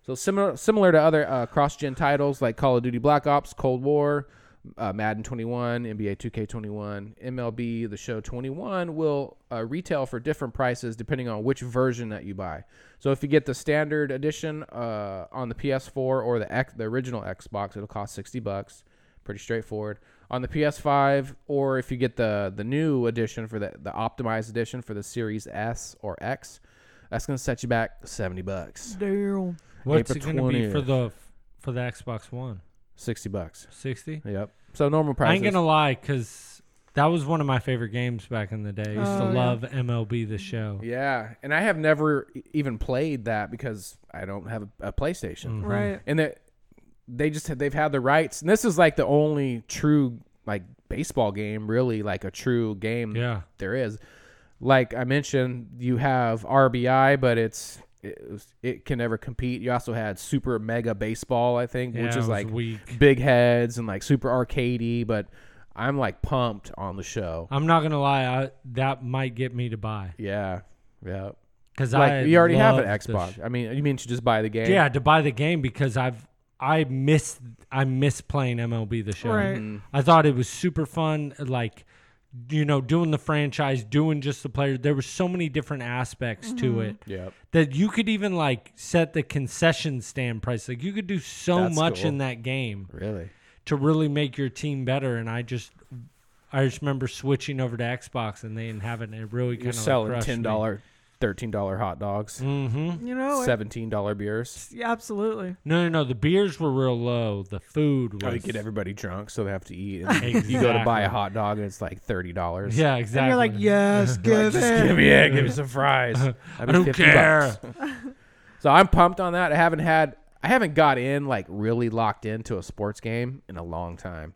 S4: So similar similar to other uh, cross-gen titles like Call of Duty Black Ops, Cold War, uh, Madden 21, NBA 2K21, MLB The Show 21 will uh, retail for different prices depending on which version that you buy. So if you get the standard edition uh, on the PS4 or the X, the original Xbox, it'll cost 60 bucks. Pretty straightforward. On the PS5, or if you get the the new edition for the the optimized edition for the Series S or X, that's gonna set you back 70 bucks.
S5: Damn.
S1: What's
S4: April
S1: it going to be for
S4: 20th.
S1: the for the Xbox One?
S4: 60 bucks.
S1: 60?
S4: Yep. So normal prices.
S1: I ain't going to lie cuz that was one of my favorite games back in the day. I used
S5: Oh,
S1: to love MLB the show.
S4: Yeah, and I have never e- even played that because I don't have a, a
S1: Mm.
S4: PlayStation.
S5: Right.
S4: And that they just they've had the rights, and this is like the only true like baseball game, really like a true game.
S1: Yeah.
S4: there is. Like I mentioned, you have RBI, but it's it, was- it can never compete. You also had Super Mega Baseball, I think,
S1: Yeah,
S4: which
S1: it was
S4: is like
S1: weak.
S4: big heads and like super arcadey. But I'm like pumped on the show.
S1: I'm not going to lie, I, that might get me to buy
S4: Yeah, yeah.
S1: cuz I
S4: Like you already have an
S1: loved the
S4: Xbox. I mean, you mean to just buy the game?
S1: Yeah, to buy the game because I've I miss I miss playing MLB the show.
S5: Right.
S4: Mm-hmm.
S1: I thought it was super fun, like you know, doing the franchise, doing just the player. There were so many different aspects to it
S4: Yep.
S1: that you could even like set the concession stand price. Like you could do so
S4: That's
S1: much
S4: cool.
S1: in that game
S4: Really?
S1: to really make your team better. And I just I just remember switching over to Xbox and they didn't have it. And it really kind
S4: You're
S1: of
S4: selling ten dollar, thirteen dollar hot dogs,
S5: You know, it,
S4: seventeen dollar beers.
S5: yeah, absolutely.
S1: No, no, no. The beers were real low. The food
S4: Try
S1: was
S4: to get everybody drunk so they have to eat. And You go to buy
S1: Exactly.
S4: a hot dog and it's like thirty dollars.
S1: yeah, exactly.
S5: And you're like, yes, give it.
S4: Give me it. Give me some fries. I
S1: don't care.
S4: so I'm pumped on that. I haven't had I haven't got in like really locked into a sports game in a long time.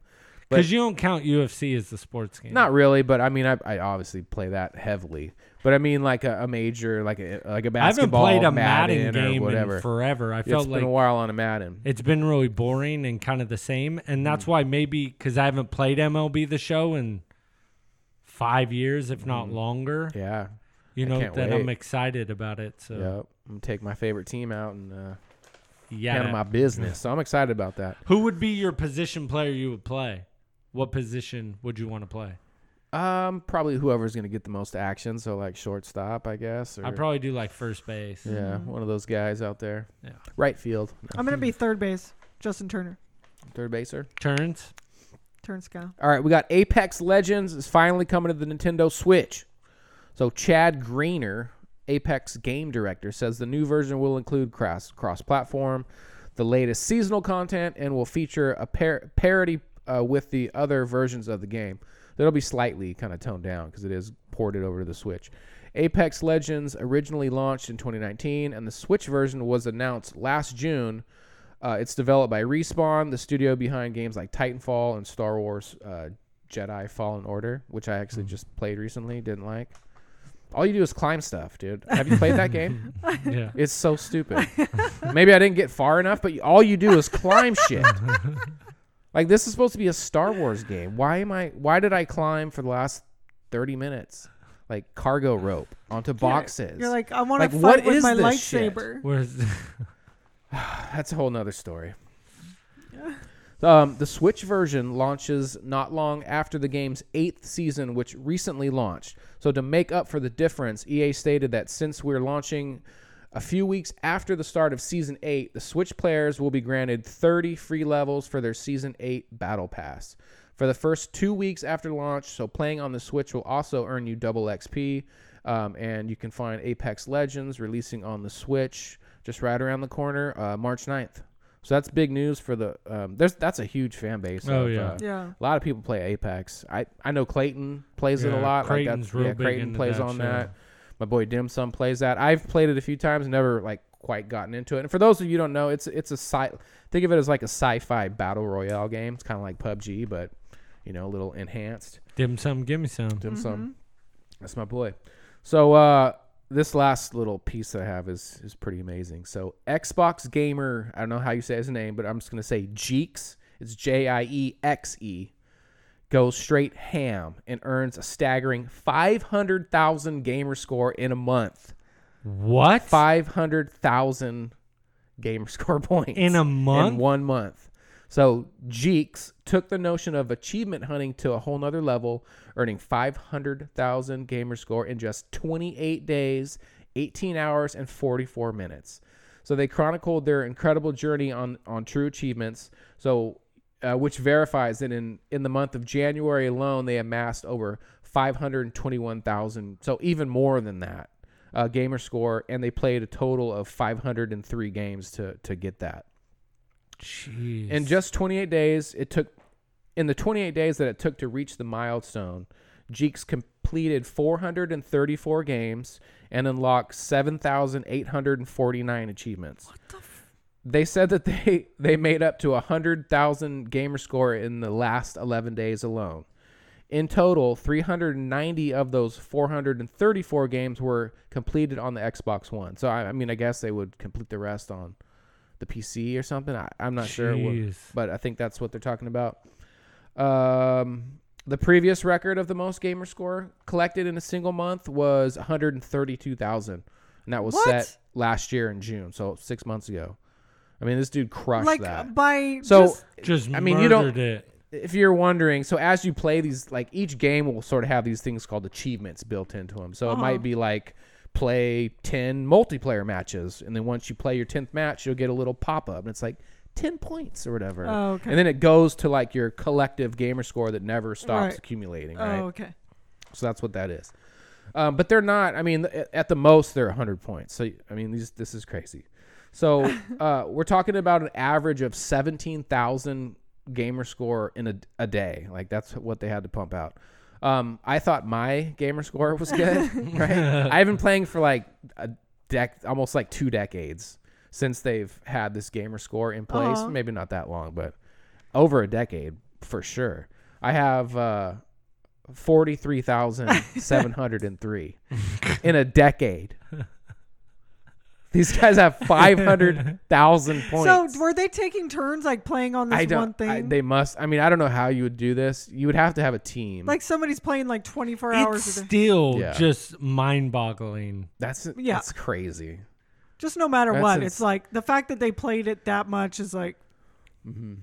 S1: Because you don't count UFC as the sports game.
S4: Not really, but I mean, I, I obviously play that heavily. But I mean, like a, a major, like a like a
S1: I haven't
S4: basketball,
S1: played a
S4: Madden,
S1: Madden, game
S4: or whatever.
S1: in forever. I
S4: it's
S1: felt
S4: been
S1: like
S4: a while on a Madden.
S1: it's been really boring and kind of the same.
S4: Hmm.
S1: And that's why maybe because I haven't played MLB the show in five years, if not longer,
S4: Hmm. Yeah,
S1: you
S4: I
S1: know,
S4: can't
S1: that I'm
S4: wait.
S1: excited about it. So,
S4: yeah. I'm gonna take my favorite team out and uh,
S1: yeah.
S4: handle my business. So I'm excited about that.
S1: Who would be your position player you would play? What position would you want to play?
S4: Um, probably whoever's gonna get the most action. So like shortstop, I guess. Or,
S1: I'd probably do like first base.
S4: yeah, one of those guys out there.
S1: mm-hmm. Yeah.
S4: Right field, No,
S5: I'm gonna be third base. Justin Turner.
S4: third baser.
S1: Turns.
S5: Turns guy.
S4: All right, we got Apex Legends is finally coming to the Nintendo Switch. So Chad Greener, Apex game director, says the new version will include cross cross platform, the latest seasonal content, and will feature a par- parity uh, with the other versions of the game. That'll be slightly kind of toned down because it is ported over to the Switch. Apex Legends originally launched in 2019, and the Switch version was announced last June. Uh, it's developed by Respawn, the studio behind games like Titanfall and Star Wars uh, Jedi Fallen Order, which I actually just played recently, didn't like. All you do is climb stuff, dude. Have you played that game?
S1: Yeah.
S4: It's so stupid. Maybe I didn't get far enough, but you- all you do is climb shit. like this is supposed to be a Star Wars game. Why am I? Why did I climb for the last thirty minutes? Like cargo rope onto boxes.
S5: You're like, I want
S4: Like,
S5: to fight
S4: what is
S5: with my
S4: this shit?
S5: lightsaber.
S1: Where's
S4: That's a whole nother story. Um, the Switch version launches not long after the game's eighth season, which recently launched. So, to make up for the difference, EA stated that since we're launching a few weeks after the start of Season 8, the Switch players will be granted 30 free levels for their Season 8 Battle Pass. For the first two weeks after launch, so playing on the Switch will also earn you double XP. Um, and you can find Apex Legends releasing on the Switch just right around the corner, uh, March 9th. So that's big news for the. Um, there's that's a huge fan base.
S1: Oh,
S4: of,
S1: yeah.
S4: uh,
S5: Yeah.
S4: A lot of people play Apex. I I know Clayton plays it
S1: Yeah,
S4: a lot. like
S1: Creighton's
S4: that's,
S1: real
S4: yeah,
S1: big
S4: Clayton
S1: into
S4: plays
S1: that,
S4: on
S1: yeah.
S4: that. My boy Dim Sum plays that. I've played it a few times, never like quite gotten into it. And for those of you who don't know, it's it's a sci. Think of it as like a sci-fi battle royale game. It's kind of like PUBG, but you know, a little enhanced.
S1: dim sum? Give me some.
S4: Dim
S1: Mm-hmm.
S4: Sum. That's my boy. So uh, this last little piece I have is is pretty amazing. So Xbox gamer, I don't know how you say his name, but I'm just gonna say Jeeks. It's J I E X E. Goes straight ham and earns a staggering 500,000 gamer score in a month.
S1: What?
S4: 500,000 gamer score points
S1: In a month?
S4: in one month. So Jeeks took the notion of achievement hunting to a whole nother level, earning 500,000 gamer score in just 28 days, 18 hours, and 44 minutes. So they chronicled their incredible journey on, on true achievements. So, uh, which verifies that in, in the month of January alone, they amassed over 521,000. So even more than that uh, gamer score, and they played a total of 503 games to to get that.
S1: Jeez.
S4: In just 28 days, it took in the 28 days that it took to reach the milestone, Jeeks completed 434 games and unlocked 7,849 achievements. What the they said that they they made up to 100,000 gamer score in the last 11 days alone. In total, 390 of those 434 games were completed on the Xbox One. So I, I mean, I guess they would complete the rest on the PC or something. I, I'm not sure, what,
S1: Jeez.
S4: but I think that's what they're talking about. Um, the previous record of the most gamer score collected in a single month was 132,000, and that was
S5: What?
S4: set last year in June, so six months ago. I mean, this dude crushed
S5: Like
S4: that.
S5: by
S4: So
S5: just,
S1: just
S4: I mean, you don't-
S1: murdered it.
S4: if you're wondering, so as you play these, like each game will sort of have these things called achievements built into them. So it
S5: Oh.
S4: might be like play 10 multiplayer matches. And then once you play your 10th match, you'll get a little pop up. And it's like 10 points or whatever.
S5: Oh, okay.
S4: And then it goes to like your collective gamer score that never stops
S5: Right.
S4: accumulating,
S5: oh
S4: right?
S5: okay.
S4: So that's what that is. Um, but they're not. I mean, th- at the most, they're 100 points. So I mean, these this is crazy. So uh, we're talking about an average of 17,000 gamer score in a, a day. Like that's what they had to pump out. Um, I thought my gamer score was good. right? I've been playing for like a dec, almost like two decades. since they've had this gamer score in place. Maybe not that long, but over a decade for sure. I have uh, 43,703 in a decade. These guys have 500,000
S5: So
S4: points.
S5: were they taking turns like playing on this
S4: I don't,
S5: one thing?
S4: I- they must. I mean, I don't know how you would do this. You would have to have a team.
S5: like somebody's playing like 24
S1: It's
S5: hours a day.
S1: still
S4: Yeah.
S1: just mind-boggling.
S4: that's
S5: Yeah.
S4: that's crazy.
S5: Just no matter
S4: That's
S5: what,
S4: ins-
S5: it's like the fact that they played it that much is like,
S4: Mm-hmm.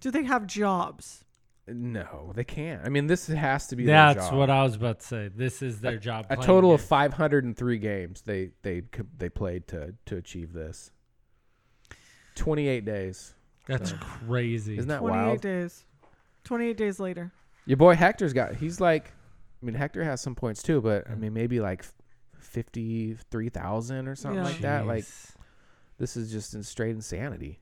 S5: do they have jobs?
S4: No, they can't. I mean, this has to be. their
S1: That's
S4: job.
S1: what I was about to say. This is their job.
S4: a
S1: playing
S4: total of
S1: games.
S4: 503 games they they co- they played to to achieve this 28 days
S1: That's crazy.
S4: isn't that
S5: 28
S4: wild
S5: days. 28 days later.
S4: your boy hector's got he's like i mean hector has some points too but i mean maybe like 53,000 or something
S5: Yeah.
S4: like that like
S1: Jeez.
S4: this is just in straight insanity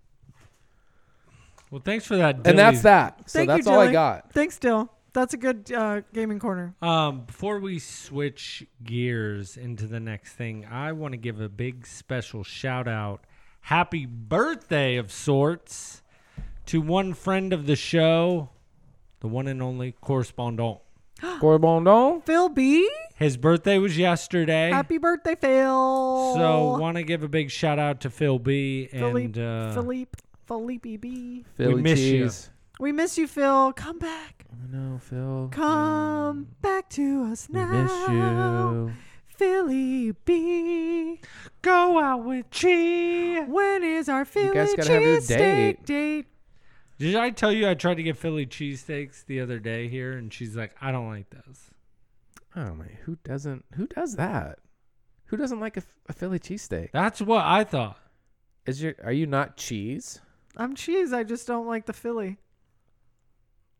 S1: well, thanks for that.
S4: and that's
S1: Dilly.
S4: that so
S5: Thank
S4: that's
S5: you,
S4: all i
S5: Dylan.
S4: got
S5: Thanks, Dill. That's a good uh, gaming corner.
S1: Um, before we switch gears into the next thing, I want to give a big special shout out, happy birthday of sorts, to one friend of the show, the one and only correspondent.
S4: Corbondon?
S5: Phil B.
S1: His birthday was yesterday.
S5: Happy birthday, Phil.
S1: so want to give a big shout out to Phil B and
S5: Philippe,
S1: uh,
S5: Philippe, Philippe B.
S4: Philly
S1: miss you.
S4: cheese.
S5: We miss you, Phil. Come back.
S4: no phil
S5: Come back to us
S4: Mm. we
S5: now.
S4: miss you
S5: Philly B.
S1: go out with cheese.
S5: When is our Philly
S4: guys gotta have your
S5: cheesesteak
S4: date.
S5: date?
S1: Did I tell you I tried to get Philly cheesesteaks the other day here, and she's like, "I don't like those."
S4: oh my who doesn't who does that who doesn't like a, a philly cheesesteak
S1: That's what I thought.
S4: Is your are you not cheese?
S5: I'm cheese. I just don't like the Philly.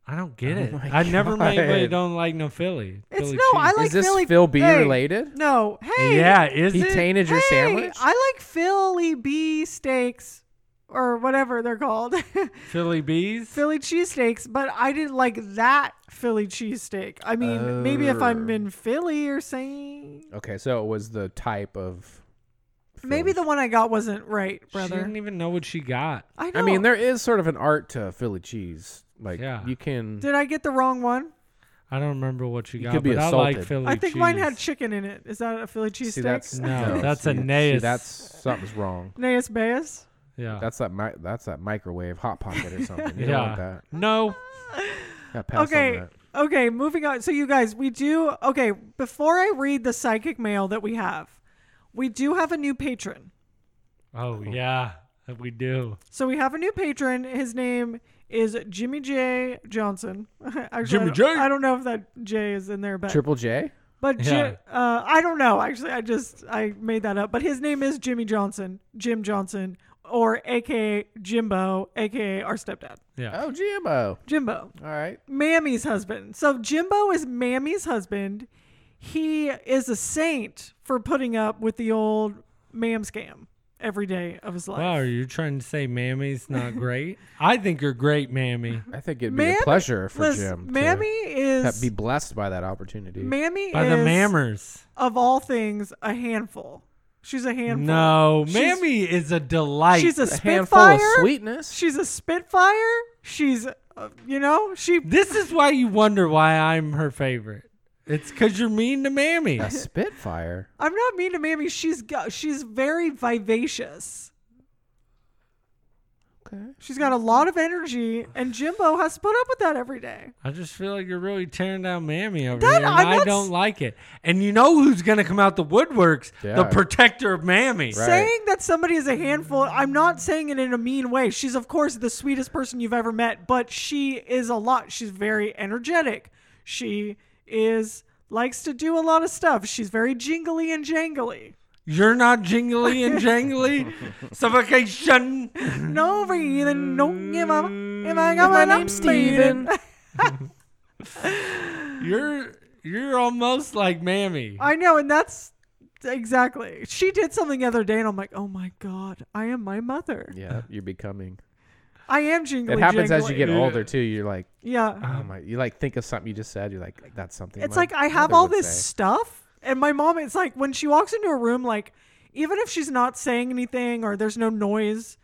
S1: I don't get
S4: Oh
S1: it.
S4: my
S1: I never made anybody
S4: God.
S1: don't like no Philly.
S5: It's
S1: Philly
S5: no, I like
S4: is this
S5: Philly.
S4: Phil B
S5: hey,
S4: related?
S5: No, hey.
S1: Yeah, is
S4: he
S1: it?
S4: tainted your
S5: hey,
S4: sandwich?
S5: I like Philly B steaks or whatever they're called.
S1: Philly bees.
S5: Philly cheesesteaks, but I didn't like that Philly cheesesteak. I mean, maybe if I'm
S4: Oh.
S5: in Philly or saying
S4: okay, so it was the type of.
S5: maybe the
S4: Philly-
S5: one I got wasn't right,
S1: She didn't
S5: brother.
S1: even know what she got.
S5: I know.
S4: I mean, there is sort of an art to Philly cheese. Like
S1: Yeah.
S4: you can.
S5: Did I get the wrong one?
S1: I don't remember what she
S4: You
S1: got,
S4: could be
S1: but I like
S4: assaulted.
S1: Philly
S5: I think mine had
S1: cheese.
S5: chicken in it. Is that a Philly
S4: see,
S5: cheesesteak?
S4: that's
S1: No, that's a
S4: see,
S1: naus.
S4: see, that's something's wrong.
S5: Neus Bayus?
S1: yeah.
S4: That's that. Mi- that's that microwave hot pocket or something. You don't
S1: yeah.
S4: want that.
S1: No.
S4: Yeah, pass
S5: okay.
S4: On that.
S5: Okay, moving on. So you guys, we do okay, before I read the psychic mail that we have, we do have a new patron.
S1: Oh yeah, we do.
S5: So we have a new patron. His name is Jimmy J Johnson. Actually,
S1: Jimmy
S5: I don't-
S1: J?
S5: I don't know if that J is in there, but
S4: Triple J.
S5: but Ji-
S1: Yeah.
S5: uh, I don't know. Actually, I just I made that up. But his name is Jimmy Johnson, Jim Johnson, or AKA Jimbo, AKA our stepdad,
S1: Yeah.
S4: Oh, GMO.
S5: Jimbo.
S4: All right.
S5: Mammy's husband. So Jimbo is Mammy's husband. He is a saint for putting up with the old mam scam every day of his life.
S1: Wow, are you trying to say Mammy's not great? I think you're great, Mammy.
S4: I think it'd be
S5: Mammy-
S4: a pleasure for
S5: Listen,
S4: Jim. to
S5: Mammy
S4: ha-
S5: is
S4: be blessed by that opportunity.
S5: Mammy
S1: By
S5: is
S1: the Mammers.
S5: of all things a handful. She's a handful.
S1: No,
S5: She's-
S1: Mammy is a delight.
S5: She's a
S4: a handful of
S5: spitfire.
S4: sweetness.
S5: She's a spitfire. She's, uh, you know, she.
S1: This is why you wonder why I'm her favorite. It's because you're mean to Mammy.
S4: a spitfire.
S5: I'm not mean to Mammy. She's go- she's very vivacious.
S4: Okay.
S5: She's got a lot of energy, and Jimbo has to put up with that every day.
S1: I just feel like you're really tearing down Mammy over
S5: Dad,
S1: here, and
S5: I'm
S1: I
S5: not
S1: don't
S5: s-
S1: like it. And you know who's going to come out the woodworks? The
S4: Yeah.
S1: protector of Mammy.
S4: Right.
S5: Saying that somebody is a handful, I'm not saying it in a mean way. She's, of course, the sweetest person you've ever met, but she is a lot. She's very energetic. She is likes to do a lot of stuff. She's very jingly and jangly.
S1: You're not jingly and jangly. Suffocation.
S5: No reason, no give up. If I got my name Steven.
S1: You're you're almost like Mammy.
S5: I know, and that's exactly. She did something the other day, and I'm like, oh my God, I am my mother.
S4: Yeah, you're becoming.
S5: I am jingly
S4: It happens as you
S5: jangly.
S4: get older too. You're like,
S5: Yeah.
S4: oh my, you like think of something you just said. You're like, that's something.
S5: It's
S4: my
S5: like I have
S4: mother
S5: all
S4: would
S5: this
S4: say."
S5: stuff, and my mom. It's like when she walks into a room, like even if she's not saying anything or there's no noise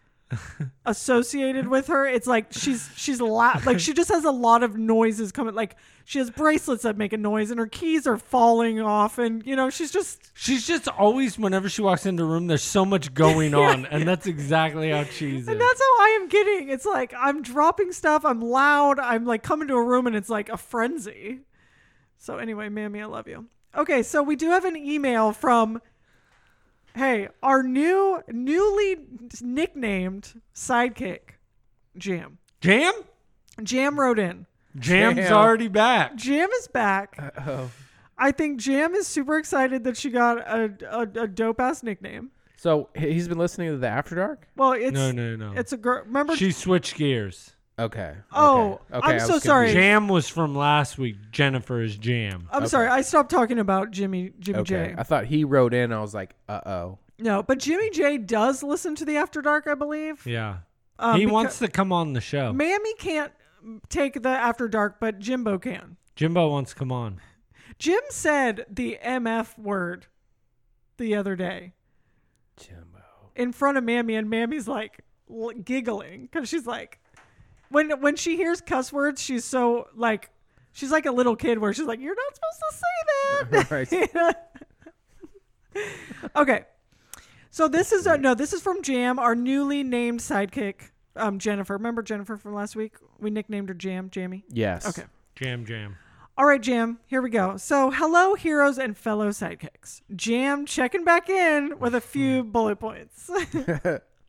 S5: associated with her, it's like she's she's la- like she just has a lot of noises coming. Like she has bracelets that make a noise, and her keys are falling off, and you know she's just
S1: She's just always, whenever she walks into a room, there's so much going on. And that's exactly how cheesy.
S5: And that's how I am getting. It's like I'm dropping stuff. I'm loud. I'm like coming to a room and it's like a frenzy. So anyway, Mammy, I love you. Okay, so we do have an email from Hey, our new newly nicknamed sidekick, Jam.
S1: Jam?
S5: Jam wrote in.
S1: Jam's
S4: Jam.
S1: already back.
S5: Jam is back. I think Jam is super excited that she got a a, a dope ass nickname.
S4: So he- he's been listening to the After Dark.
S5: Well, it's
S1: No, no, no.
S5: It's a girl. Remember
S1: She switched gears.
S4: Okay.
S5: Oh,
S4: okay.
S5: I'm
S4: Okay, I
S5: so
S4: was
S5: sorry.
S4: confused.
S1: Jam was from last week. Jennifer is Jam.
S5: I'm sorry, I stopped talking about Jimmy Jimmy
S4: Okay,
S5: J.
S4: I thought he wrote in. I was like, uh oh.
S5: No, but Jimmy J does listen to the After Dark, I believe.
S1: Yeah.
S5: Um,
S1: he
S5: becau-
S1: wants to come on the show.
S5: Mammy can't take the After Dark, but Jimbo can.
S1: Jimbo wants to come on.
S5: Jim said the MF word the other day
S4: Jimbo.
S5: in front of Mammy, and Mammy's like l- giggling because she's like, when when she hears cuss words, she's so like, she's like a little kid where she's like, "You're not supposed to say that."
S4: Right.
S5: okay. So this is uh no, this is from Jam, our newly named sidekick, um, Jennifer. Remember Jennifer from last week? We nicknamed her Jam, Jammy.
S4: Yes.
S5: Okay.
S1: Jam, Jam.
S5: All right, Jam, here we go. So, hello, heroes and fellow sidekicks. Jam checking back in with a few bullet points.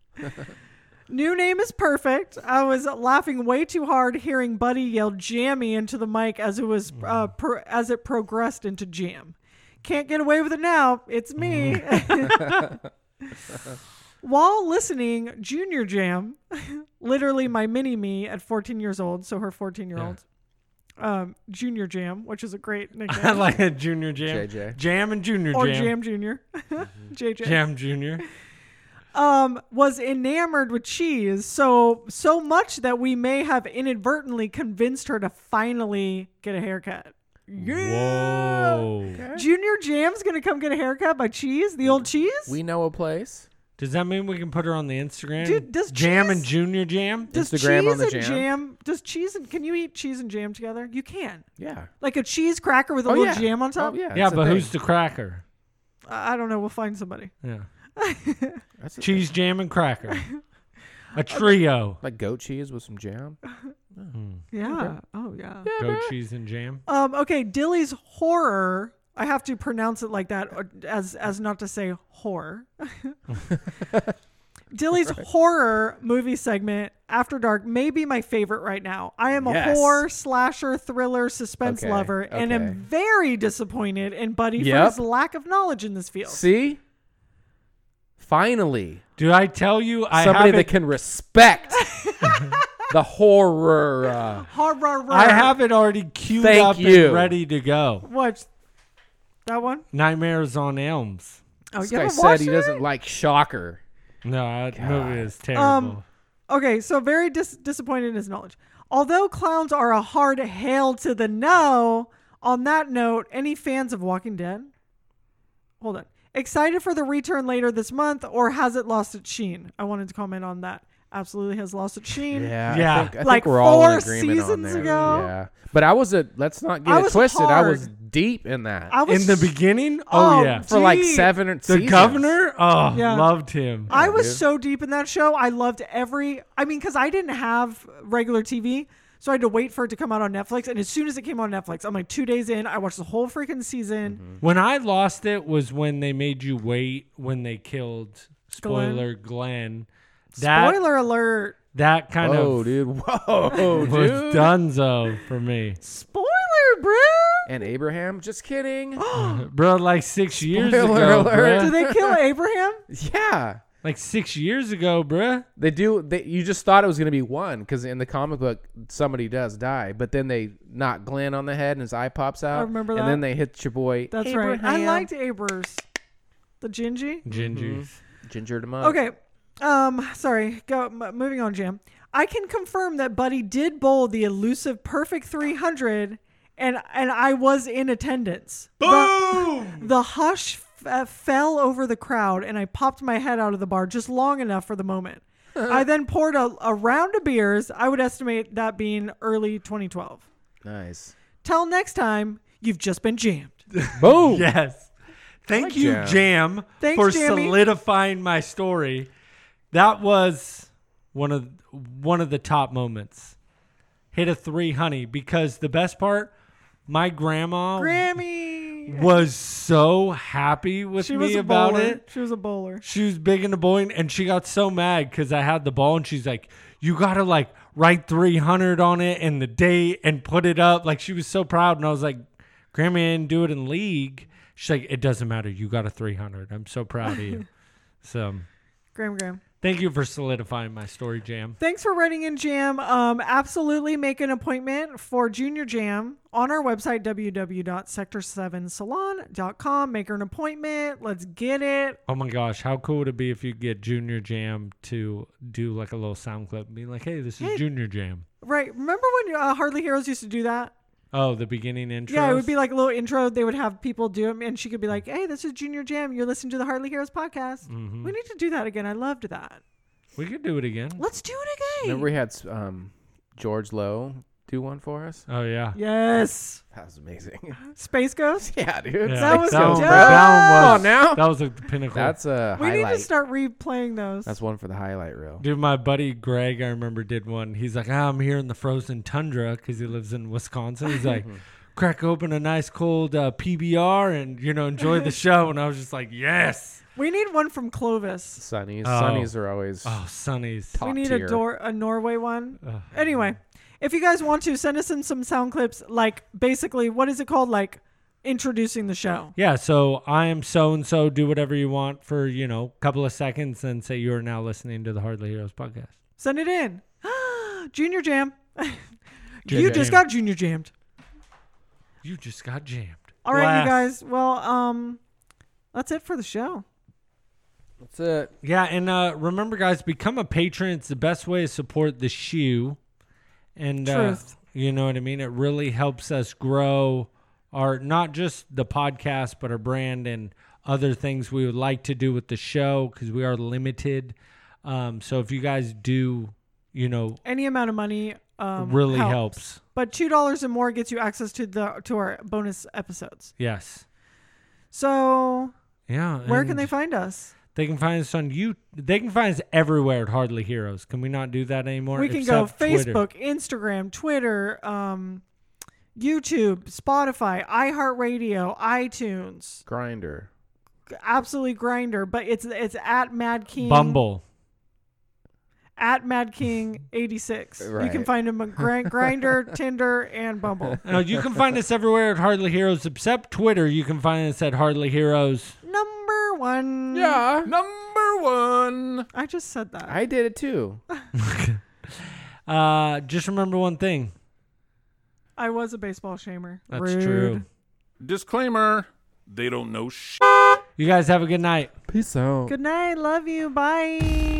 S5: New name is perfect. I was laughing way too hard hearing Buddy yell "Jammy" into the mic as it was uh,
S1: Mm-hmm.
S5: pro- as it progressed into Jam. Can't get away with it now. It's me.
S1: Mm-hmm.
S5: While listening, Junior Jam, literally my mini me at 14 years old, so her 14 year old, um, Junior Jam, which is a great nickname.
S1: I like a Junior Jam.
S4: JJ.
S1: Jam and Junior
S5: or
S1: Jam. Mm-hmm.
S5: Jam Junior, JJ.
S1: Jam Junior.
S5: um, was enamored with cheese so so much that we may have inadvertently convinced her to finally get a haircut.
S1: Whoa.
S4: Eh.
S5: Junior Jam's gonna come get a haircut by Cheese, the old Cheese.
S4: We know a place.
S1: Does that mean we can put her on the Instagram?
S5: Dude, does
S1: Jam
S5: cheese-
S1: and Junior Jam?
S5: does
S4: Instagram
S5: cheese
S4: on the
S5: and
S4: jam?
S5: Does cheese and can you eat cheese and jam together? You can,
S4: Yeah.
S5: like a cheese cracker with a little jam on top.
S4: Oh,
S1: yeah,
S4: yeah. that's a
S1: but
S4: thing.
S1: who's the cracker?
S5: I I don't know. We'll find somebody.
S1: Yeah.
S4: That's a thing.
S1: Cheese, jam, and cracker. A trio.
S4: Like goat cheese with some jam.
S5: Oh. Yeah. Oh yeah.
S1: Go cheese and jam.
S5: Um. Okay. Dilly's horror. I have to pronounce it like that, or- as as not to say horror. Dilly's horror movie segment After Dark may be my favorite right now. I am a
S4: Yes.
S5: horror slasher thriller suspense
S4: Okay,
S5: lover and
S4: okay.
S5: am very disappointed in Buddy for
S4: Yep.
S5: his lack of knowledge in this field.
S4: See. Finally,
S1: Do I tell you I
S4: somebody
S1: have
S4: that
S1: it,
S4: can respect the horror. uh,
S5: Horror.
S1: I have it already queued
S4: Thank
S1: up
S4: you.
S1: and ready to go.
S5: What? That one?
S1: Nightmares on Elms.
S5: Oh,
S4: This
S5: you
S4: guy
S5: haven't
S4: said
S5: watched
S4: he
S5: it?
S4: doesn't like Shocker.
S1: No, that movie is terrible.
S5: Um, Okay, so very dis- disappointed in his knowledge. Although clowns are a hard hail to the no, on that note, any fans of Walking Dead? Hold on. Excited for the return later this month, or has it lost its sheen? I wanted to comment on that. Absolutely has lost its sheen.
S4: Yeah,
S1: Yeah.
S4: I think, I
S5: Like
S4: think we're all in
S5: four
S4: agreement on
S5: seasons
S4: there.
S5: ago.
S4: Yeah, but I was a. Let's not
S5: I
S4: get it
S5: was
S4: twisted. I was
S5: hard.
S4: deep in that
S5: I was
S1: In the beginning? Oh,
S5: Oh,
S1: yeah.
S4: Um, for like
S5: deep.
S4: seven or
S1: The governor? Oh,
S5: Yeah.
S1: loved him.
S5: I was so deep in that show. I loved every. I mean, because I didn't have regular TV, so I had to wait for it to come out on Netflix. And as soon as it came on Netflix, I'm like two days in. I watched the whole freaking season.
S1: When I lost it was when they made you wait when they killed
S5: Glenn.
S1: spoiler Glenn. That
S5: Spoiler alert!
S1: that kind of
S4: Whoa, Oh, dude! Whoa,
S1: was
S4: dude!
S1: Dunzo for me,
S5: Spoiler, bro.
S4: And Abraham? Just kidding.
S1: bro. Like six years
S4: Spoiler
S1: ago,
S4: alert.
S1: bruh.
S5: Did they kill Abraham?
S4: yeah,
S1: like six years ago, bruh.
S4: they do. They, you just thought it was gonna be one because in the comic book somebody does die, but then they knock Glenn on the head and his eye pops out.
S5: remember
S4: And
S5: that.
S4: then they hit your boy.
S5: That's right. I liked Abers, the Gingy.
S4: Mm-hmm.
S1: Gingies.
S4: gingered him up.
S5: Okay. Um, sorry. Go m- moving on, Jim. I can confirm that Buddy did bowl the elusive perfect 300 and and I was in attendance. Boom! The, the hush f- uh, fell over the crowd and I popped my head out of the bar just long enough for the moment. I then poured a, a round of beers. I would estimate that being early 2012.
S4: Nice.
S5: Till next time, you've just been jammed.
S4: Boom.
S1: Yes. Thank you,
S4: Jam.
S1: Jam,
S5: Thanks,
S1: for
S5: Jammy.
S1: solidifying my story. That was one of one of the top moments. Hit a three, honey, because the best part, my grandma
S5: Grammy.
S1: was so happy with
S5: She
S1: me
S5: was a
S1: about
S5: bowler.
S1: it.
S5: She was a bowler.
S1: She was big into bowling, and she got so mad because I had the ball, and she's like, "You gotta like write 300 on it and the date and put it up." Like she was so proud, and I was like, "Grandma I didn't do it in league." She's like, "It doesn't matter. You got a 300. I'm so proud of you." so,
S5: Graham Graham.
S1: thank you for solidifying my story, Jam.
S5: Thanks for writing in, Jam. Um, absolutely make an appointment for Junior Jam on our website, www.sector7salon.com. Make her an appointment. Let's get it.
S1: Oh my gosh, how cool would it be if you get Junior Jam to do like a little sound clip, and be like, "Hey, this is Junior Jam."
S5: Right. Remember when uh, Hardly Heroes used to do that?
S1: Oh, the beginning intro.
S5: Yeah, it would be like a little intro. They would have people do it, and she could be like, hey, this is Junior Jam. You're listening to the Hardly Heroes podcast. We need to do that again. I loved that.
S1: we could do it again.
S5: Let's do it again.
S4: Remember we had um, George Lowe do one for us.
S1: Oh yeah.
S5: yes.
S4: That was amazing.
S5: Space Ghost.
S4: yeah, dude.
S1: Yeah.
S5: That was
S1: that, one,
S5: dope.
S1: that one was
S4: Come on now.
S1: That was a pinnacle.
S4: That's a
S5: We need
S4: highlight.
S5: to start replaying those.
S4: That's one for the highlight reel.
S1: Dude, my buddy Greg, I remember did one. He's like, "Ah, I'm here in the frozen tundra because he lives in Wisconsin. He's like, crack open a nice cold uh, PBR and you know enjoy the show. And I was just like, yes.
S5: we need one from Clovis.
S4: Sunnies.
S1: Oh.
S4: Sunnies are always.
S1: Oh, Sonny's.
S4: Top
S5: we need
S4: tier.
S5: a door a Norway one. Anyway, if you guys want to send us in some sound clips, like basically what is it called? Like introducing the show.
S1: Yeah, so I am so and so. Do whatever you want for you know a couple of seconds, and say you are now listening to the Hardly Heroes podcast.
S5: Send it in. Junior Jam.
S1: Junior
S5: you just
S1: Jam.
S5: got junior jammed.
S1: You just got jammed.
S5: All right,
S1: Blast.
S5: you guys. Well, um, that's it for the show.
S4: That's it.
S1: Yeah, and uh, remember, guys, become a patron. It's the best way to support the shoe, and uh,
S5: Truth.
S1: you know what I mean. It really helps us grow our not just the podcast, but our brand and other things we would like to do with the show because we are limited. Um, so if you guys do, you know,
S5: Any amount of money um,
S1: really
S5: helps.
S1: helps.
S5: But two dollars or more gets you access to the to our bonus episodes.
S1: Yes.
S5: So
S1: Yeah.
S5: where can
S1: and
S5: they find us?
S1: They can find us on you. They can find us everywhere at Hardly Heroes. Can we not do that anymore?
S5: we can go
S1: Except Twitter.
S5: Facebook, Instagram, Twitter, um, YouTube, Spotify, iHeartRadio, iTunes,
S4: Grinder.
S5: absolutely grinder. But it's it's at Mad King
S1: Bumble.
S5: at Mad King eighty six. You can
S4: Right.
S5: find him on Gr- Grinder, Tinder, and Bumble.
S1: No, you can find us everywhere at Hardly Heroes except Twitter. You can find us at Hardly Heroes.
S5: Number one.
S4: Number one.
S5: I just said that.
S4: I did it too.
S1: Uh, just remember one thing.
S5: I was a baseball shamer.
S1: That's
S5: Rude.
S1: true.
S7: Disclaimer they don't know sh.
S1: You guys have a good night.
S4: Peace out.
S5: Good night. Love you. Bye.